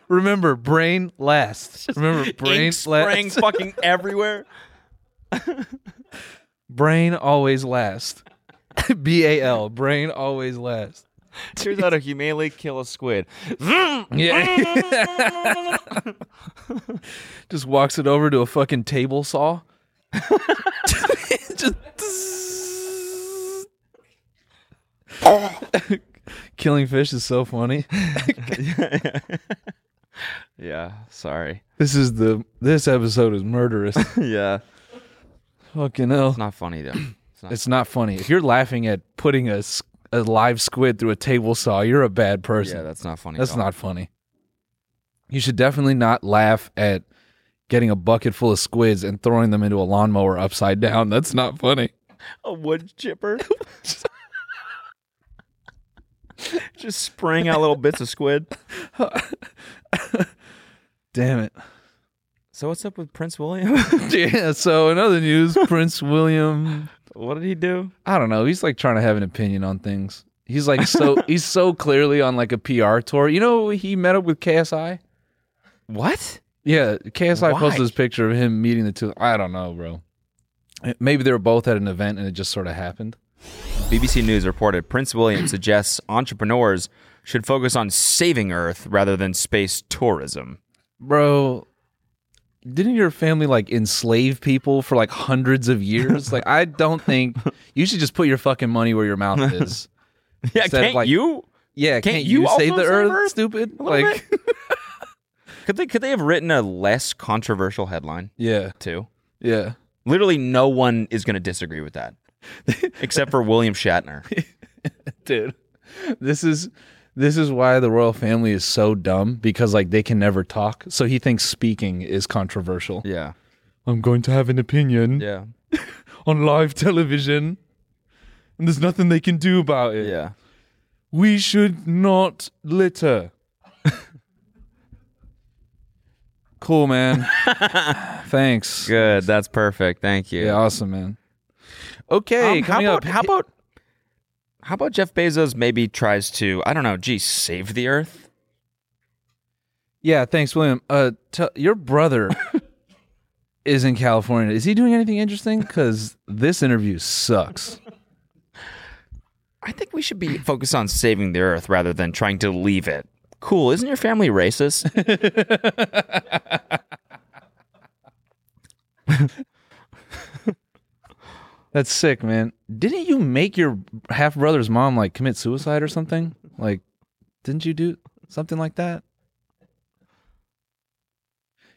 Remember, brain last. Remember, brain
Ink spraying
last.
fucking everywhere.
Brain always last. B A L. Brain always last.
Here's how to humanely kill a squid.
Yeah. just walks it over to a fucking table saw. just killing fish is so funny.
Yeah, sorry.
This is the this episode is murderous.
yeah.
fucking hell.
It's not funny though. It's not.
It's not funny. If you're laughing at putting a, s- a live squid through a table saw, you're a bad person.
yeah, that's not funny.
That's
at all.
not funny. You should definitely not laugh at getting a bucket full of squids and throwing them into a lawnmower upside down. That's not funny.
a wood chipper. Just spraying out little bits of squid.
Damn it.
So what's up with Prince William?
Yeah, so in other news, Prince William,
what did he do?
I don't know, he's like trying to have an opinion on things. He's like so he's so clearly on like a PR tour. You know he met up with KSI?
What?
Yeah, KSI
Why?
posted this picture of him meeting the two. I don't know, bro. Maybe they were both at an event and it just sort of happened.
BBC News reported Prince William suggests entrepreneurs should focus on saving Earth rather than space tourism.
Bro, didn't your family like enslave people for like hundreds of years? like, I don't think you should just put your fucking money where your mouth is.
Yeah,
Instead of,
can't
like-
you?
Yeah, can't, you, save the earth, stupid? Like,
could they could they have written a less controversial headline
yeah,
too?
yeah.
Literally, no one is going to disagree with that, except for William Shatner.
dude this is this is why the royal family is so dumb because like they can never talk so he thinks speaking is controversial
Yeah,
i'm going to have an opinion
yeah,
on live television and there's nothing they can do about it
yeah.
we should not litter cool man thanks
Good, that's perfect. Thank you.
yeah awesome man okay
Um, how
coming
about
up
how about how about Jeff Bezos maybe tries to I don't know, gee, save the Earth?
Yeah, thanks, William. Uh, tell your brother is in California. Is he doing anything interesting? Because this interview sucks.
I think we should be focused on saving the Earth rather than trying to leave it. Cool. Isn't your family racist?
That's sick, man. Didn't you make your half brother's mom like commit suicide or something? Like, didn't you do something like that?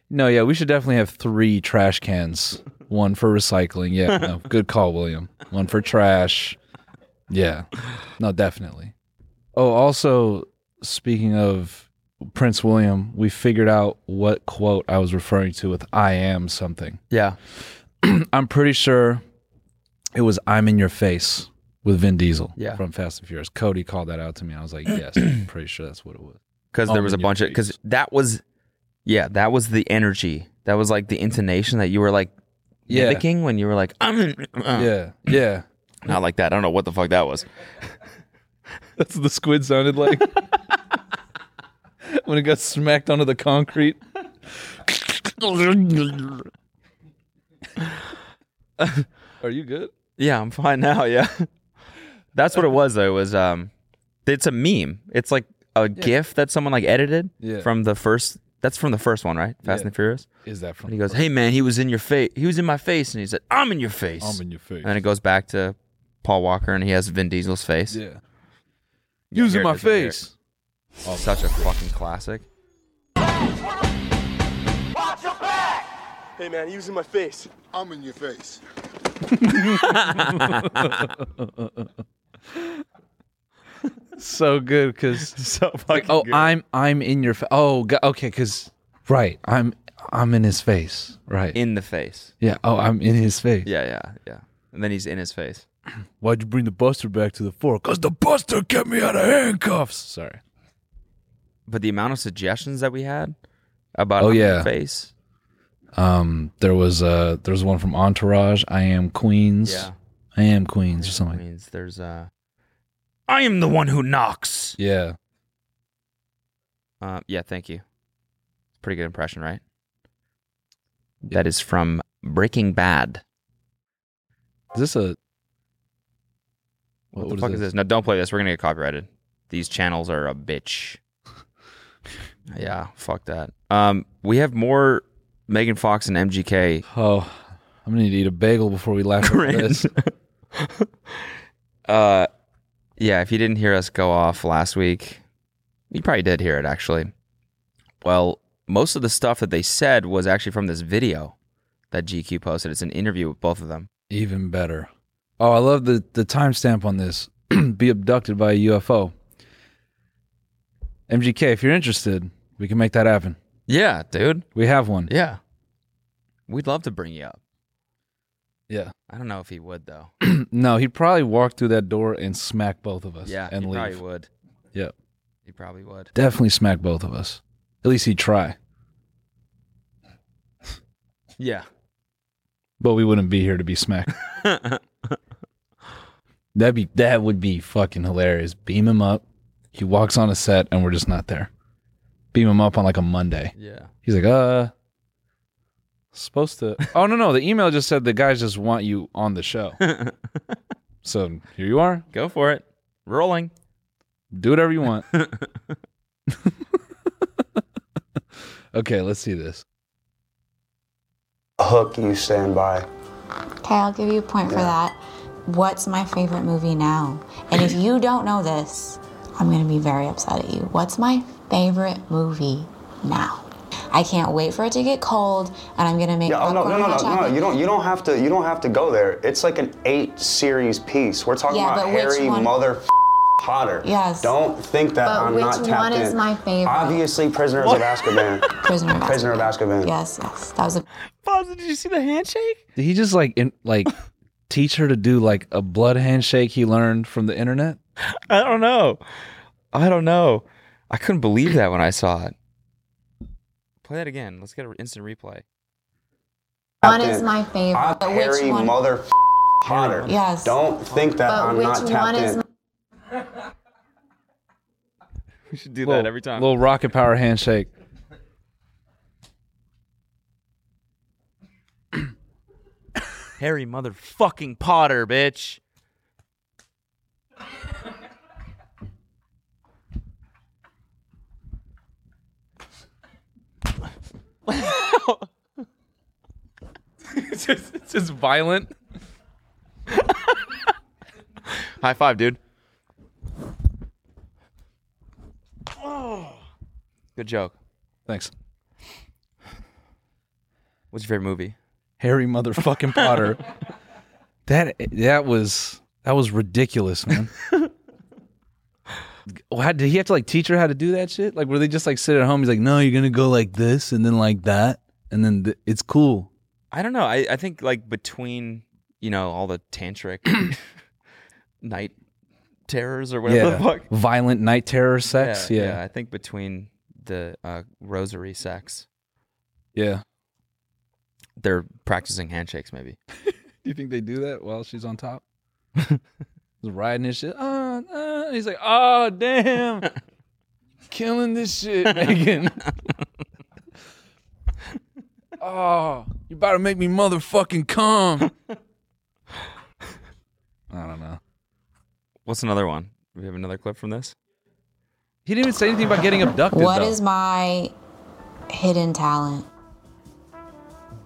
No, yeah, we should definitely have three trash cans. One for recycling. Yeah, no, good call, William. One for trash. Yeah, no, definitely. Oh, also, speaking of Prince William, we figured out what quote I was referring to with I am something.
yeah.
I'm pretty sure it was I'm in your face with Vin Diesel
Yeah.
from Fast and Furious. Cody called that out to me. I was like, yes, pretty sure that's what it was.
Because there
Oh,
was a
yeah,
bunch of because that was yeah, that was the energy. That was like the intonation that you were like
Yeah.
mimicking when you were like, I'm in, uh,
Yeah. Yeah.
not like that. I don't know what the fuck that was.
That's what the squid sounded like. when it got smacked onto the concrete. Are you good?
Yeah, I'm fine now. Yeah, that's what it was though. It was um, it's a meme. It's like a GIF that someone like edited
Yeah.
from the first. That's from the first one, right? Fast
Yeah.
and Furious.
Is that from
And he goes, "Hey man, he was in your face. He was in my face." And he said, "I'm in your face."
I'm in your face?
And then it goes back to Paul Walker, and he has Vin Diesel's face.
yeah. Using
here it
my
is right here.
face. Oh.
Such a fucking classic.
Hey man, he was in my face.
I'm in your face.
So good because
So fucking.
oh i'm i'm in your fa- oh go- okay because right i'm i'm in his face right
in the face.
yeah oh i'm in his face
Yeah, yeah, yeah. And then he's in his face.
why'd you bring the buster back to the fore because the buster kept me out of handcuffs sorry
But the amount of suggestions that we had about
Oh,
I'm in your
yeah.
face.
um there was uh there was one from entourage i am queens
Yeah.
i am queens or
I
something
mean, there's uh I am the one who knocks.
yeah
Uh, yeah, thank you. Pretty good impression, right? That is from Breaking Bad.
is this a
Oh, What, the fuck is this? No, don't play this. We're gonna get copyrighted. These channels are a bitch. yeah, fuck that. Um, we have more Megan Fox and MGK.
oh i'm gonna need to eat a bagel before we laugh at
Grin.
this
Uh, yeah, if you didn't hear us go off last week, you probably did hear it actually. Well, most of the stuff that they said was actually from this video that GQ posted. It's an interview with both of them.
Even better. Oh, I love the the timestamp on this. Be abducted by a UFO. MGK, if you're interested, we can make that happen.
Yeah, dude.
We have one.
Yeah. We'd love to bring you up.
Yeah.
I don't know if he would though.
no, he'd probably walk through that door and smack both of us.
yeah,
and
he
leave.
probably would.
Yeah,
He probably would.
definitely smack both of us. At least he'd try,
Yeah.
but we wouldn't be here to be smacked. That'd be that would be fucking hilarious. Beam him up. He walks on a set, and we're just not there. Beam him up on like a Monday.
Yeah.
He's like, uh, supposed to. Oh no, no. The email just said the guys just want you on the show. So here you are.
Go for it. Rolling.
Do whatever you want. okay, let's see this.
A hook you stand by.
Okay, I'll give you a point for that. What's my favorite movie now? And if you don't know this, I'm going to be very upset at you. What's my favorite movie now? I can't wait for it to get cold, and I'm going to make
Yeah, oh, no,
popcorn
no, no,
and
no,
hot
no,
chocolate.
You don't. You don't have to. You don't have to go there. It's like an eight series piece. We're talking
Yeah,
about
but which
Harry
one-
Mother Potter.
Yes.
Don't think that
But
I'm
which
not tapped
one
in.
is my favorite?
Obviously, Prisoners
What?
of Azkaban.
Prisoner of
Prisoner of Azkaban.
Yes, yes. That was a.
Pause. Did you see the handshake?
Did he just like in, like teach her to do like a blood handshake he learned from the internet?
I don't know. I don't know. I couldn't believe that when I saw it. Play that again. Let's get an instant replay.
One is my favorite.
I'm
but
Harry
which one?
Mother Potter.
Yes.
Don't think that
But
I'm
which
not
one
tapped
is
in.
my-
We should do
Little-
that every time.
Little rocket power handshake.
Harry motherfucking Potter, bitch.
it's, just, it's just violent.
High five, dude.
Oh.
Good joke.
Thanks.
What's your favorite movie?
Harry motherfucking Potter. that that was that was ridiculous, man. Well, how, did he have to like teach her how to do that shit? Like, were they just like sit at home? He's like, no, you're gonna go like this and then like that, and then th- it's cool.
I don't know. I, I think like between you know all the tantric night terrors or whatever the fuck.
violent night terror sex. Yeah,
I think between the uh, rosary sex,
yeah.
they're practicing handshakes. Maybe
Do you think they do that while she's on top? He's riding his shit. Uh, uh, he's like, oh damn, killing this shit, Megan. oh, you about to make me motherfucking come. I don't know.
What's another one? We have another clip from this.
He didn't even say anything about getting abducted.
What
though.
is my hidden talent?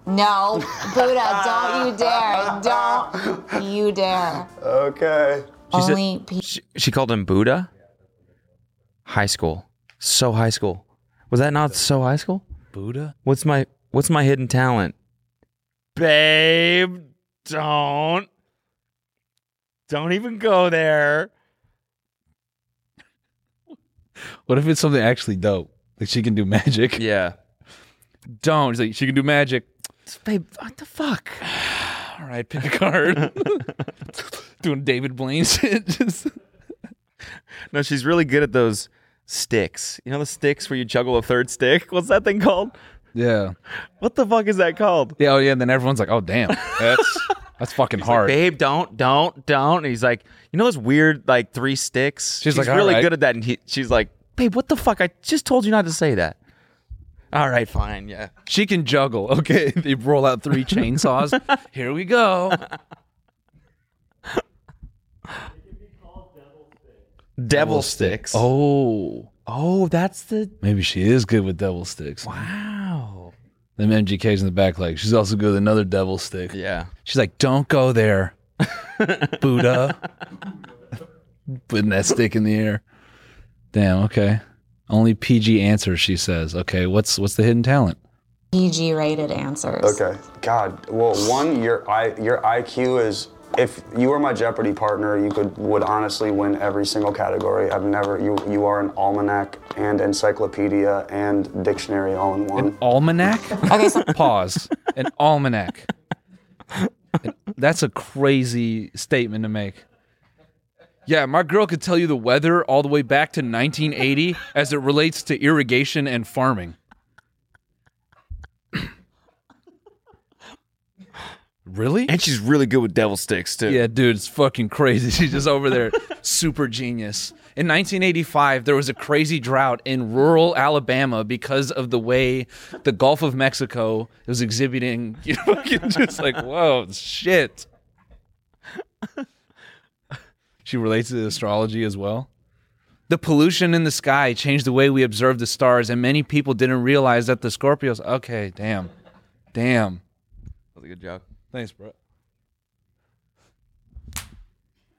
No, Buddha, don't you dare. Don't you dare.
Okay.
She said-
Only pe-
she, she called him Buddha. High school, so high school. Was that not so high school?
Buddha.
What's my What's my hidden talent? Babe, don't. Don't even go there.
What if it's something actually dope? Like she can do magic.
Yeah.
Don't. He's like, she can do magic.
Babe, what the fuck?
All right, pick a card. Doing David Blaine shit. Just
No, she's really good at those sticks. You know the sticks where you juggle a third stick? What's that thing called?
yeah.
What the fuck is that called?
Yeah, oh yeah, and then everyone's like, "Oh damn, that's that's fucking
He's like,
hard."
Babe, don't, don't, don't. And he's like, you know those weird like three sticks?
She's like, "All
really
right."
good at that. And he, she's like, babe, what the fuck? I just told you not to say that. All right, fine, yeah.
she can juggle. Okay, they roll out three chainsaws. Here we go.
Devil sticks.
Oh,
oh, that's the.
Maybe she is good with devil sticks.
Wow.
Them MGKs in the back, like she's also good with another devil stick.
Yeah.
She's like, "Don't go there, Buddha." Putting that stick in the air. Damn. Okay. Only PG answers. She says, "Okay, what's what's the hidden talent?"
PG rated answers.
Okay. God. Well, one, your I your IQ is. If you were my Jeopardy partner, you could would honestly win every single category. I've never. You you are an almanac and encyclopedia and dictionary all in one.
An almanac? Pause. An almanac. That's a crazy statement to make. Yeah, my girl could tell you the weather all the way back to 1980 as it relates to irrigation and farming. really?
And she's really good with devil sticks too.
Yeah, dude, it's fucking crazy. She's just over there, super genius. In 1985, there was a crazy drought in rural Alabama because of the way the Gulf of Mexico was exhibiting. You know, fucking just like, whoa, shit. She relates to astrology as well. The pollution in the sky changed the way we observed the stars, and many people didn't realize that the Scorpios. Okay, damn, damn.
That was a good joke.
Thanks, bro.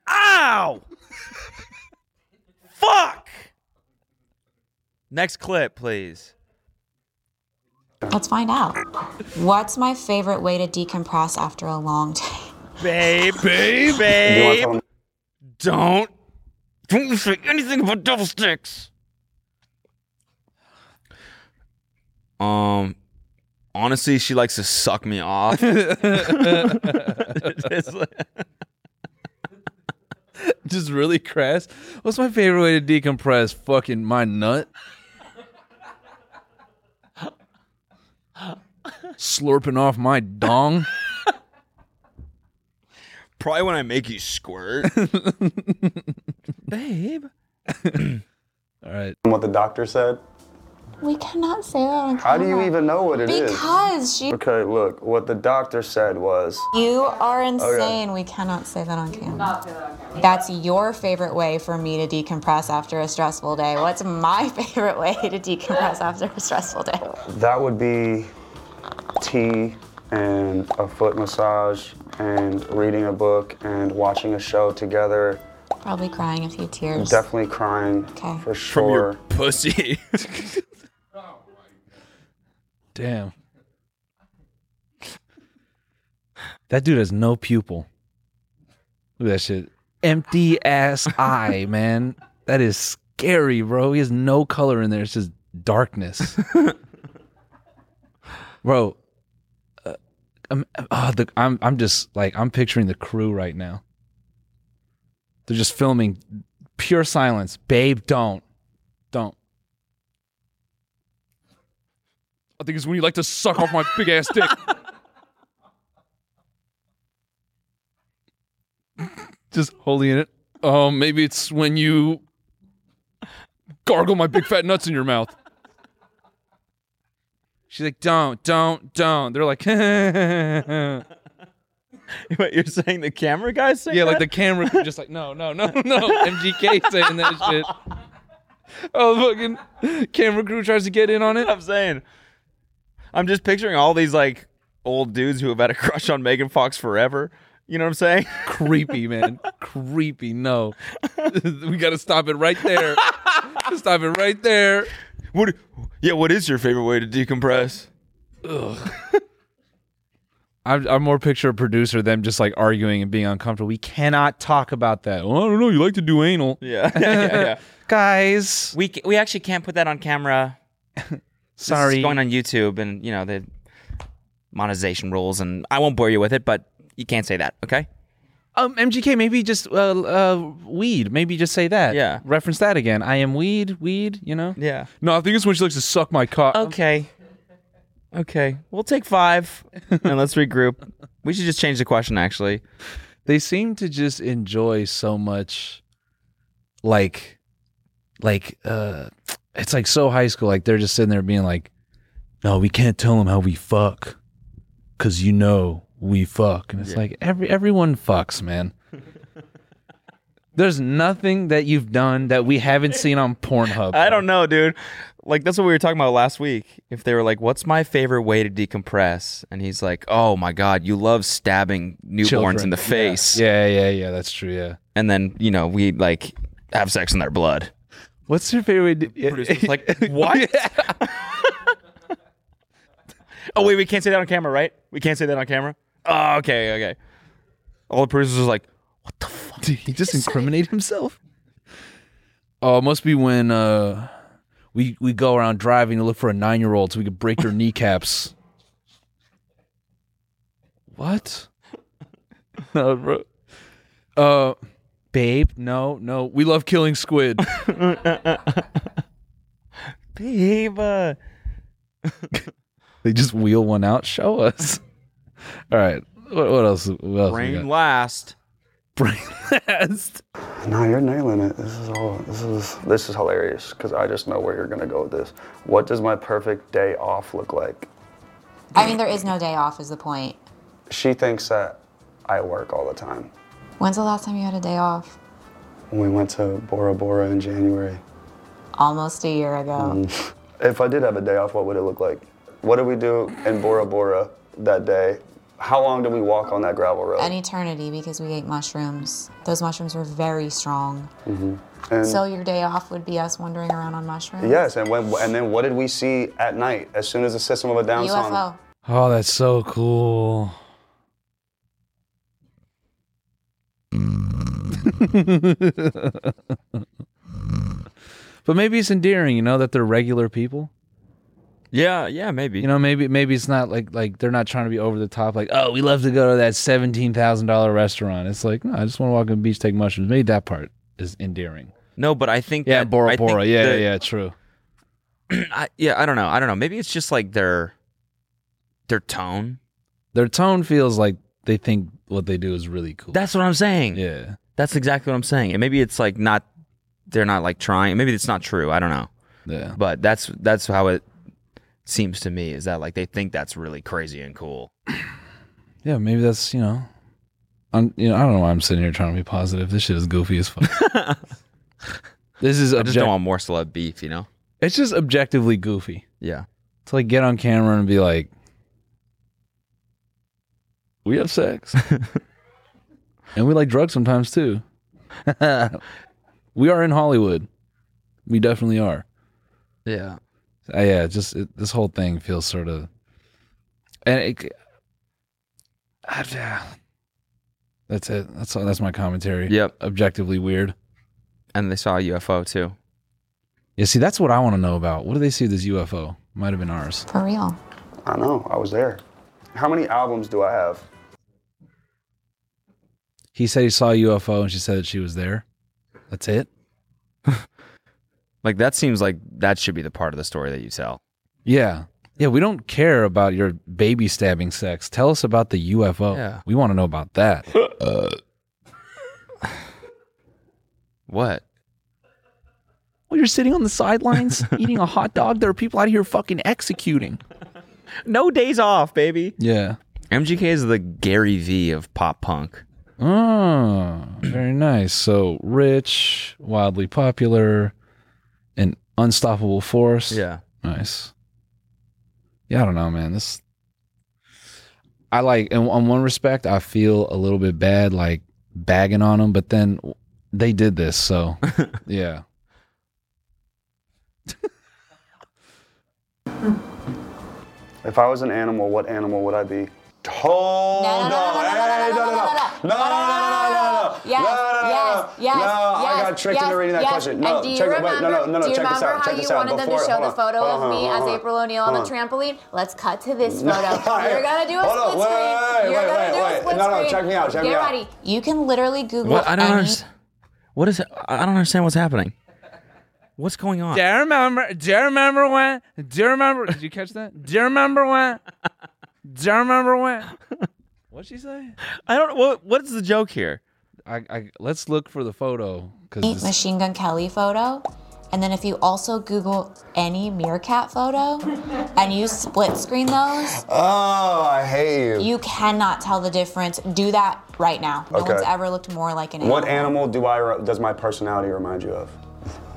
Ow! Fuck! Next clip, please.
Let's find out. What's my favorite way to decompress after a long day?
Babe,
Babe?
babe. Don't. Don't say anything about double sticks. Um, honestly, she likes to suck me off. It's like-
Just really crass. What's my favorite way to decompress? Fucking my nut. Slurping off my dong.
Probably when I make you squirt. Babe.
All right.
What the doctor said?
We cannot say that on
How do you
camera.
even know what it is?
Because she.
Okay, look, what the doctor said was.
You are
Okay.
insane. We cannot say that on camera. That's your favorite way for me to decompress after a stressful day. What's my favorite way to decompress after a stressful day?
That would be tea and a foot massage and reading a book and watching a show together.
Probably crying a few tears.
Definitely crying for sure.
From your pussy.
Damn. That dude has no pupil. Look at that shit. Empty ass eye, man. That is scary, bro. He has no color in there. It's just darkness. bro, uh, I'm, uh, the, I'm, I'm just like, I'm picturing the crew right now. They're just filming pure silence. Babe, don't. Don't. I think it's when you like to suck off my big ass dick. Just holding it. Um, maybe it's when you gargle my big fat nuts in your mouth. She's like, don't, don't, don't. They're like,
What, you're saying the camera guy's saying
yeah, like the
that?
camera crew just like, no, no, no, no. MGK saying that shit. Oh, fucking camera crew tries to get in on it.
I'm saying. I'm just picturing all these like old dudes who have had a crush on Megan Fox forever. You know what I'm saying?
Creepy, man. Creepy. No. we got to stop it right there. stop it right there.
What? Yeah. What is your favorite way to decompress?
Ugh. I'm, I'm more picture a producer them just like arguing and being uncomfortable. We cannot talk about that. Oh, I don't know. You like to do anal.
Yeah. yeah, yeah.
Guys,
we c- we actually can't put that on camera. This is
Sorry.
going on YouTube, and you know the monetization rules, and I won't bore you with it, but you can't say that, okay?
Um, MGK, maybe just uh, uh, weed. Maybe just say that. Yeah. Reference that again. I am weed, weed, you know?
Yeah.
No, I think it's when she likes to suck my cock.
Okay. Okay, we'll take five and let's regroup. We should just change the question, actually.
They seem to just enjoy so much, like, like, uh, it's like so high school. Like, they're just sitting there being like, no, we can't tell them how we fuck because you know we fuck. And it's
Yeah.
like, every everyone fucks, man. There's nothing that you've done that we haven't seen on Pornhub.
I don't know, dude. Like that's what we were talking about last week. If they were like, "What's my favorite way to decompress?" and he's like, "Oh my god, you love stabbing newborns
Children.
in the
Yeah.
face."
Yeah, yeah, yeah. That's true. Yeah.
And then you know we like have sex in their blood.
What's your favorite?
producer's like, what? oh wait, we can't say that on camera, right? We can't say that on camera. Oh, okay, okay. All the producers was like,
Did he just incriminate himself? Oh, it must be when uh, we we go around driving to look for a nine year old so we could break their kneecaps. What? No, bro. Uh, babe, no, no. We love killing squid.
"Babe, uh,
they just wheel one out. Show us. All right. What, what else? What else we
brain
got?
last."
No, you're nailing it. This is all. This is this is hilarious because I just know where you're gonna go with this. What does my perfect day off look like?
I mean, there is no day off, is the point.
She thinks that I work all the time.
When's the last time you had a day off?
when we went to Bora Bora in January.
Almost a year ago.
Mm. If I did have a day off, what would it look like? What did we do in Bora Bora that day? How long did we walk on that gravel road?
An eternity because we ate mushrooms. Those mushrooms were very strong.
hmm And
so your day off would be us wandering around on mushrooms?
yes, and when, and then what did we see at night as soon as the System of a Down song?
UFO.
Oh, that's so cool. but maybe it's endearing, you know, that they're regular people.
Yeah, yeah, maybe.
You know, maybe maybe it's not like like they're not trying to be over the top. Like, oh, we love to go to that seventeen thousand dollar restaurant. It's like, no, I just want to walk on the beach, take mushrooms. Maybe that part is endearing.
No, but I think
Yeah,
that,
Bora
I think
Bora. Yeah,
the-
yeah, yeah, true.
I, yeah, I don't know. I don't know. Maybe it's just like their their tone.
Their tone feels like they think what they do is really cool.
That's what I'm saying.
Yeah.
That's exactly what I'm saying. And maybe it's like not they're not like trying. Maybe it's not true. I don't know.
Yeah.
But that's that's how it seems to me is that like they think that's really crazy and cool.
Yeah, maybe that's you know, I'm you know I don't know why I'm sitting here trying to be positive. This shit is goofy as fuck. this is
I just don't
object-
want more celeb beef, you know?
it's just objectively goofy
Yeah.
to like get on camera and be like, we have sex, and we like drugs sometimes too. we are in Hollywood. We definitely are.
Yeah.
Uh, yeah, just it, this whole thing feels sort of, and it, I- yeah. that's it. That's that's my commentary.
Yep.
Objectively weird.
And they saw a UFO too.
Yeah, see, that's what I want to know about. What do they see with this UFO? Might have been ours.
For real.
I know, I was there. How many albums do I have?
He said he saw a UFO, and she said that she was there. That's it.
Like that seems like that should be the part of the story that you tell.
Yeah, yeah. We don't care about your baby stabbing sex. Tell us about the UFO.
Yeah.
We want to know about that.
What?
Well, you're sitting on the sidelines eating a hot dog. There are people out here fucking executing.
No days off, baby.
Yeah.
MGK is the Gary V of pop punk.
Oh, very nice. So rich, wildly popular, an unstoppable force.
Yeah.
Nice. Yeah, I don't know, man. This I like in on one respect I feel a little bit bad like bagging on them, but then they did this, so yeah.
If I was an animal, what animal would I be? Hold on. Hey, no, no, no, no, no, no, no, no, no, no, no, no, no, no, no,
Yes,
no,
yes,
no,
yes,
no, I
yes,
got tricked
yes,
into reading that
yes.
question.
And
No,
do you
check it- wait, no,
remember-
no, no, no,
do you
check this
remember
out,
how
check this
you
out.
wanted them to
Before-
show
hold
the
on,
photo
hold
of
on,
me
hold on,
as
hold on.
April O'Neil on the trampoline? Let's cut to this
No,
photo. You're gonna do a
hold on,
split
wait, wait,
screen.
wait,
You're
wait,
gonna
wait,
do a
wait.
split
No, no,
screen.
check me out, check me
Get
out.
ready. You can literally Google
What? I don't
any-
understand. What is it? I don't understand what's happening. What's going on?
Do you remember? Do you remember when? Do you remember? Did you catch that? Do you remember when? Do you remember when? What'd she say?
I don't. What, what's the joke here?
I, I let's look for the photo
Meet
because
Machine Gun Kelly photo. And then if you also Google any meerkat photo and you split screen those,
Oh, I hate you.
you cannot tell the difference. Do that right now. No
Okay.
one's ever looked more like an
What
animal.
animal do I re- does my personality remind you of?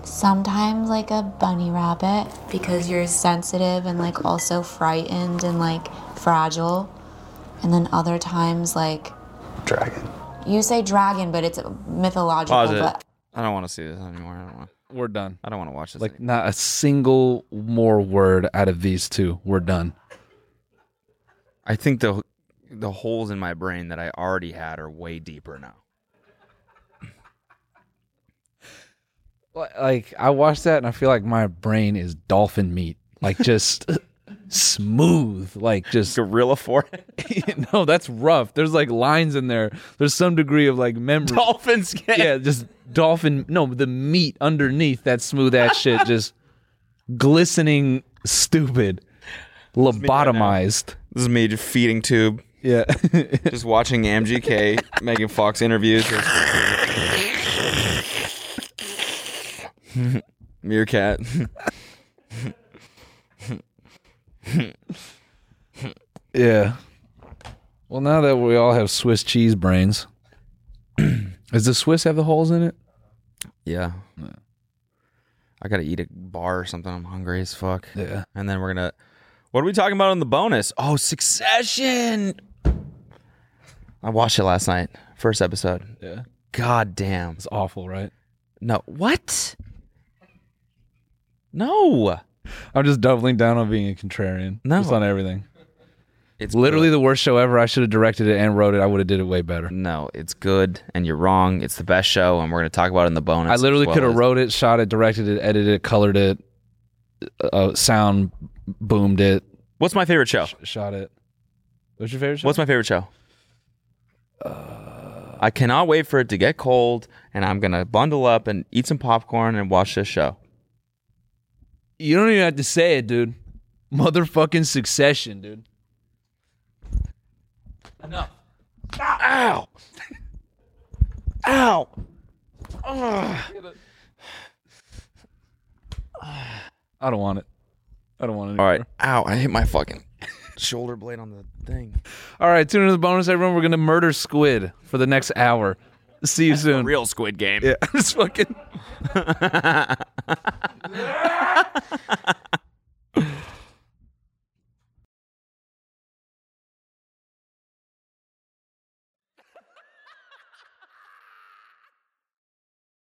Sometimes like a bunny rabbit because you're sensitive and like also frightened and like fragile. And then other times like
Dragon.
you say dragon, but it's mythological.
Pause it.
But
I don't want to see this anymore. I don't want.
We're done.
I don't want to watch this.
like not a single more word out of these two. We're done.
I think the the holes in my brain that I already had are way deeper now.
Like I watched that and I feel like my brain is dolphin meat. Like just smooth. Like just
gorilla forehead.
no, that's rough. There's like lines in there. There's some degree of like memory.
Dolphin skin.
Yeah, just dolphin. No, the meat underneath that smooth ass shit just glistening, stupid, lobotomized.
This is me just feeding tube.
Yeah.
just watching MGK Megan Fox interviews. Meerkat.
Yeah. Well, now that we all have Swiss cheese brains, does the Swiss have the holes in it?
Yeah. I gotta eat a bar or something. I'm hungry as fuck.
Yeah.
And then we're gonna. What are we talking about on the bonus? Oh, Succession. I watched it last night. First episode.
Yeah.
God damn. It's
awful, right?
No. What? No.
I'm just doubling down on being a contrarian.
No.
Just on everything.
It's
literally the worst show ever. I should have directed it and wrote it. I would have did it way better.
No, it's good, and you're wrong. It's the best show, and we're gonna talk about it in the bonus.
I literally
as well
could have
as-
wrote it, shot it, directed it, edited it, colored it, uh, sound boomed it.
What's my favorite show?
shot it. What's your favorite show?
What's my favorite show? I cannot wait for it to get cold, and I'm gonna bundle up and eat some popcorn and watch this show.
You don't even have to say it, dude. Motherfucking Succession, dude.
Enough. Ow! Ow! Ugh.
I don't want it. I don't want it.
All right. Ow! I hit my fucking shoulder blade on the thing.
All right, tune into the bonus, everyone. We're gonna murder squid for the next hour. See you soon.
real Squid Game.
Yeah, I'm just fucking.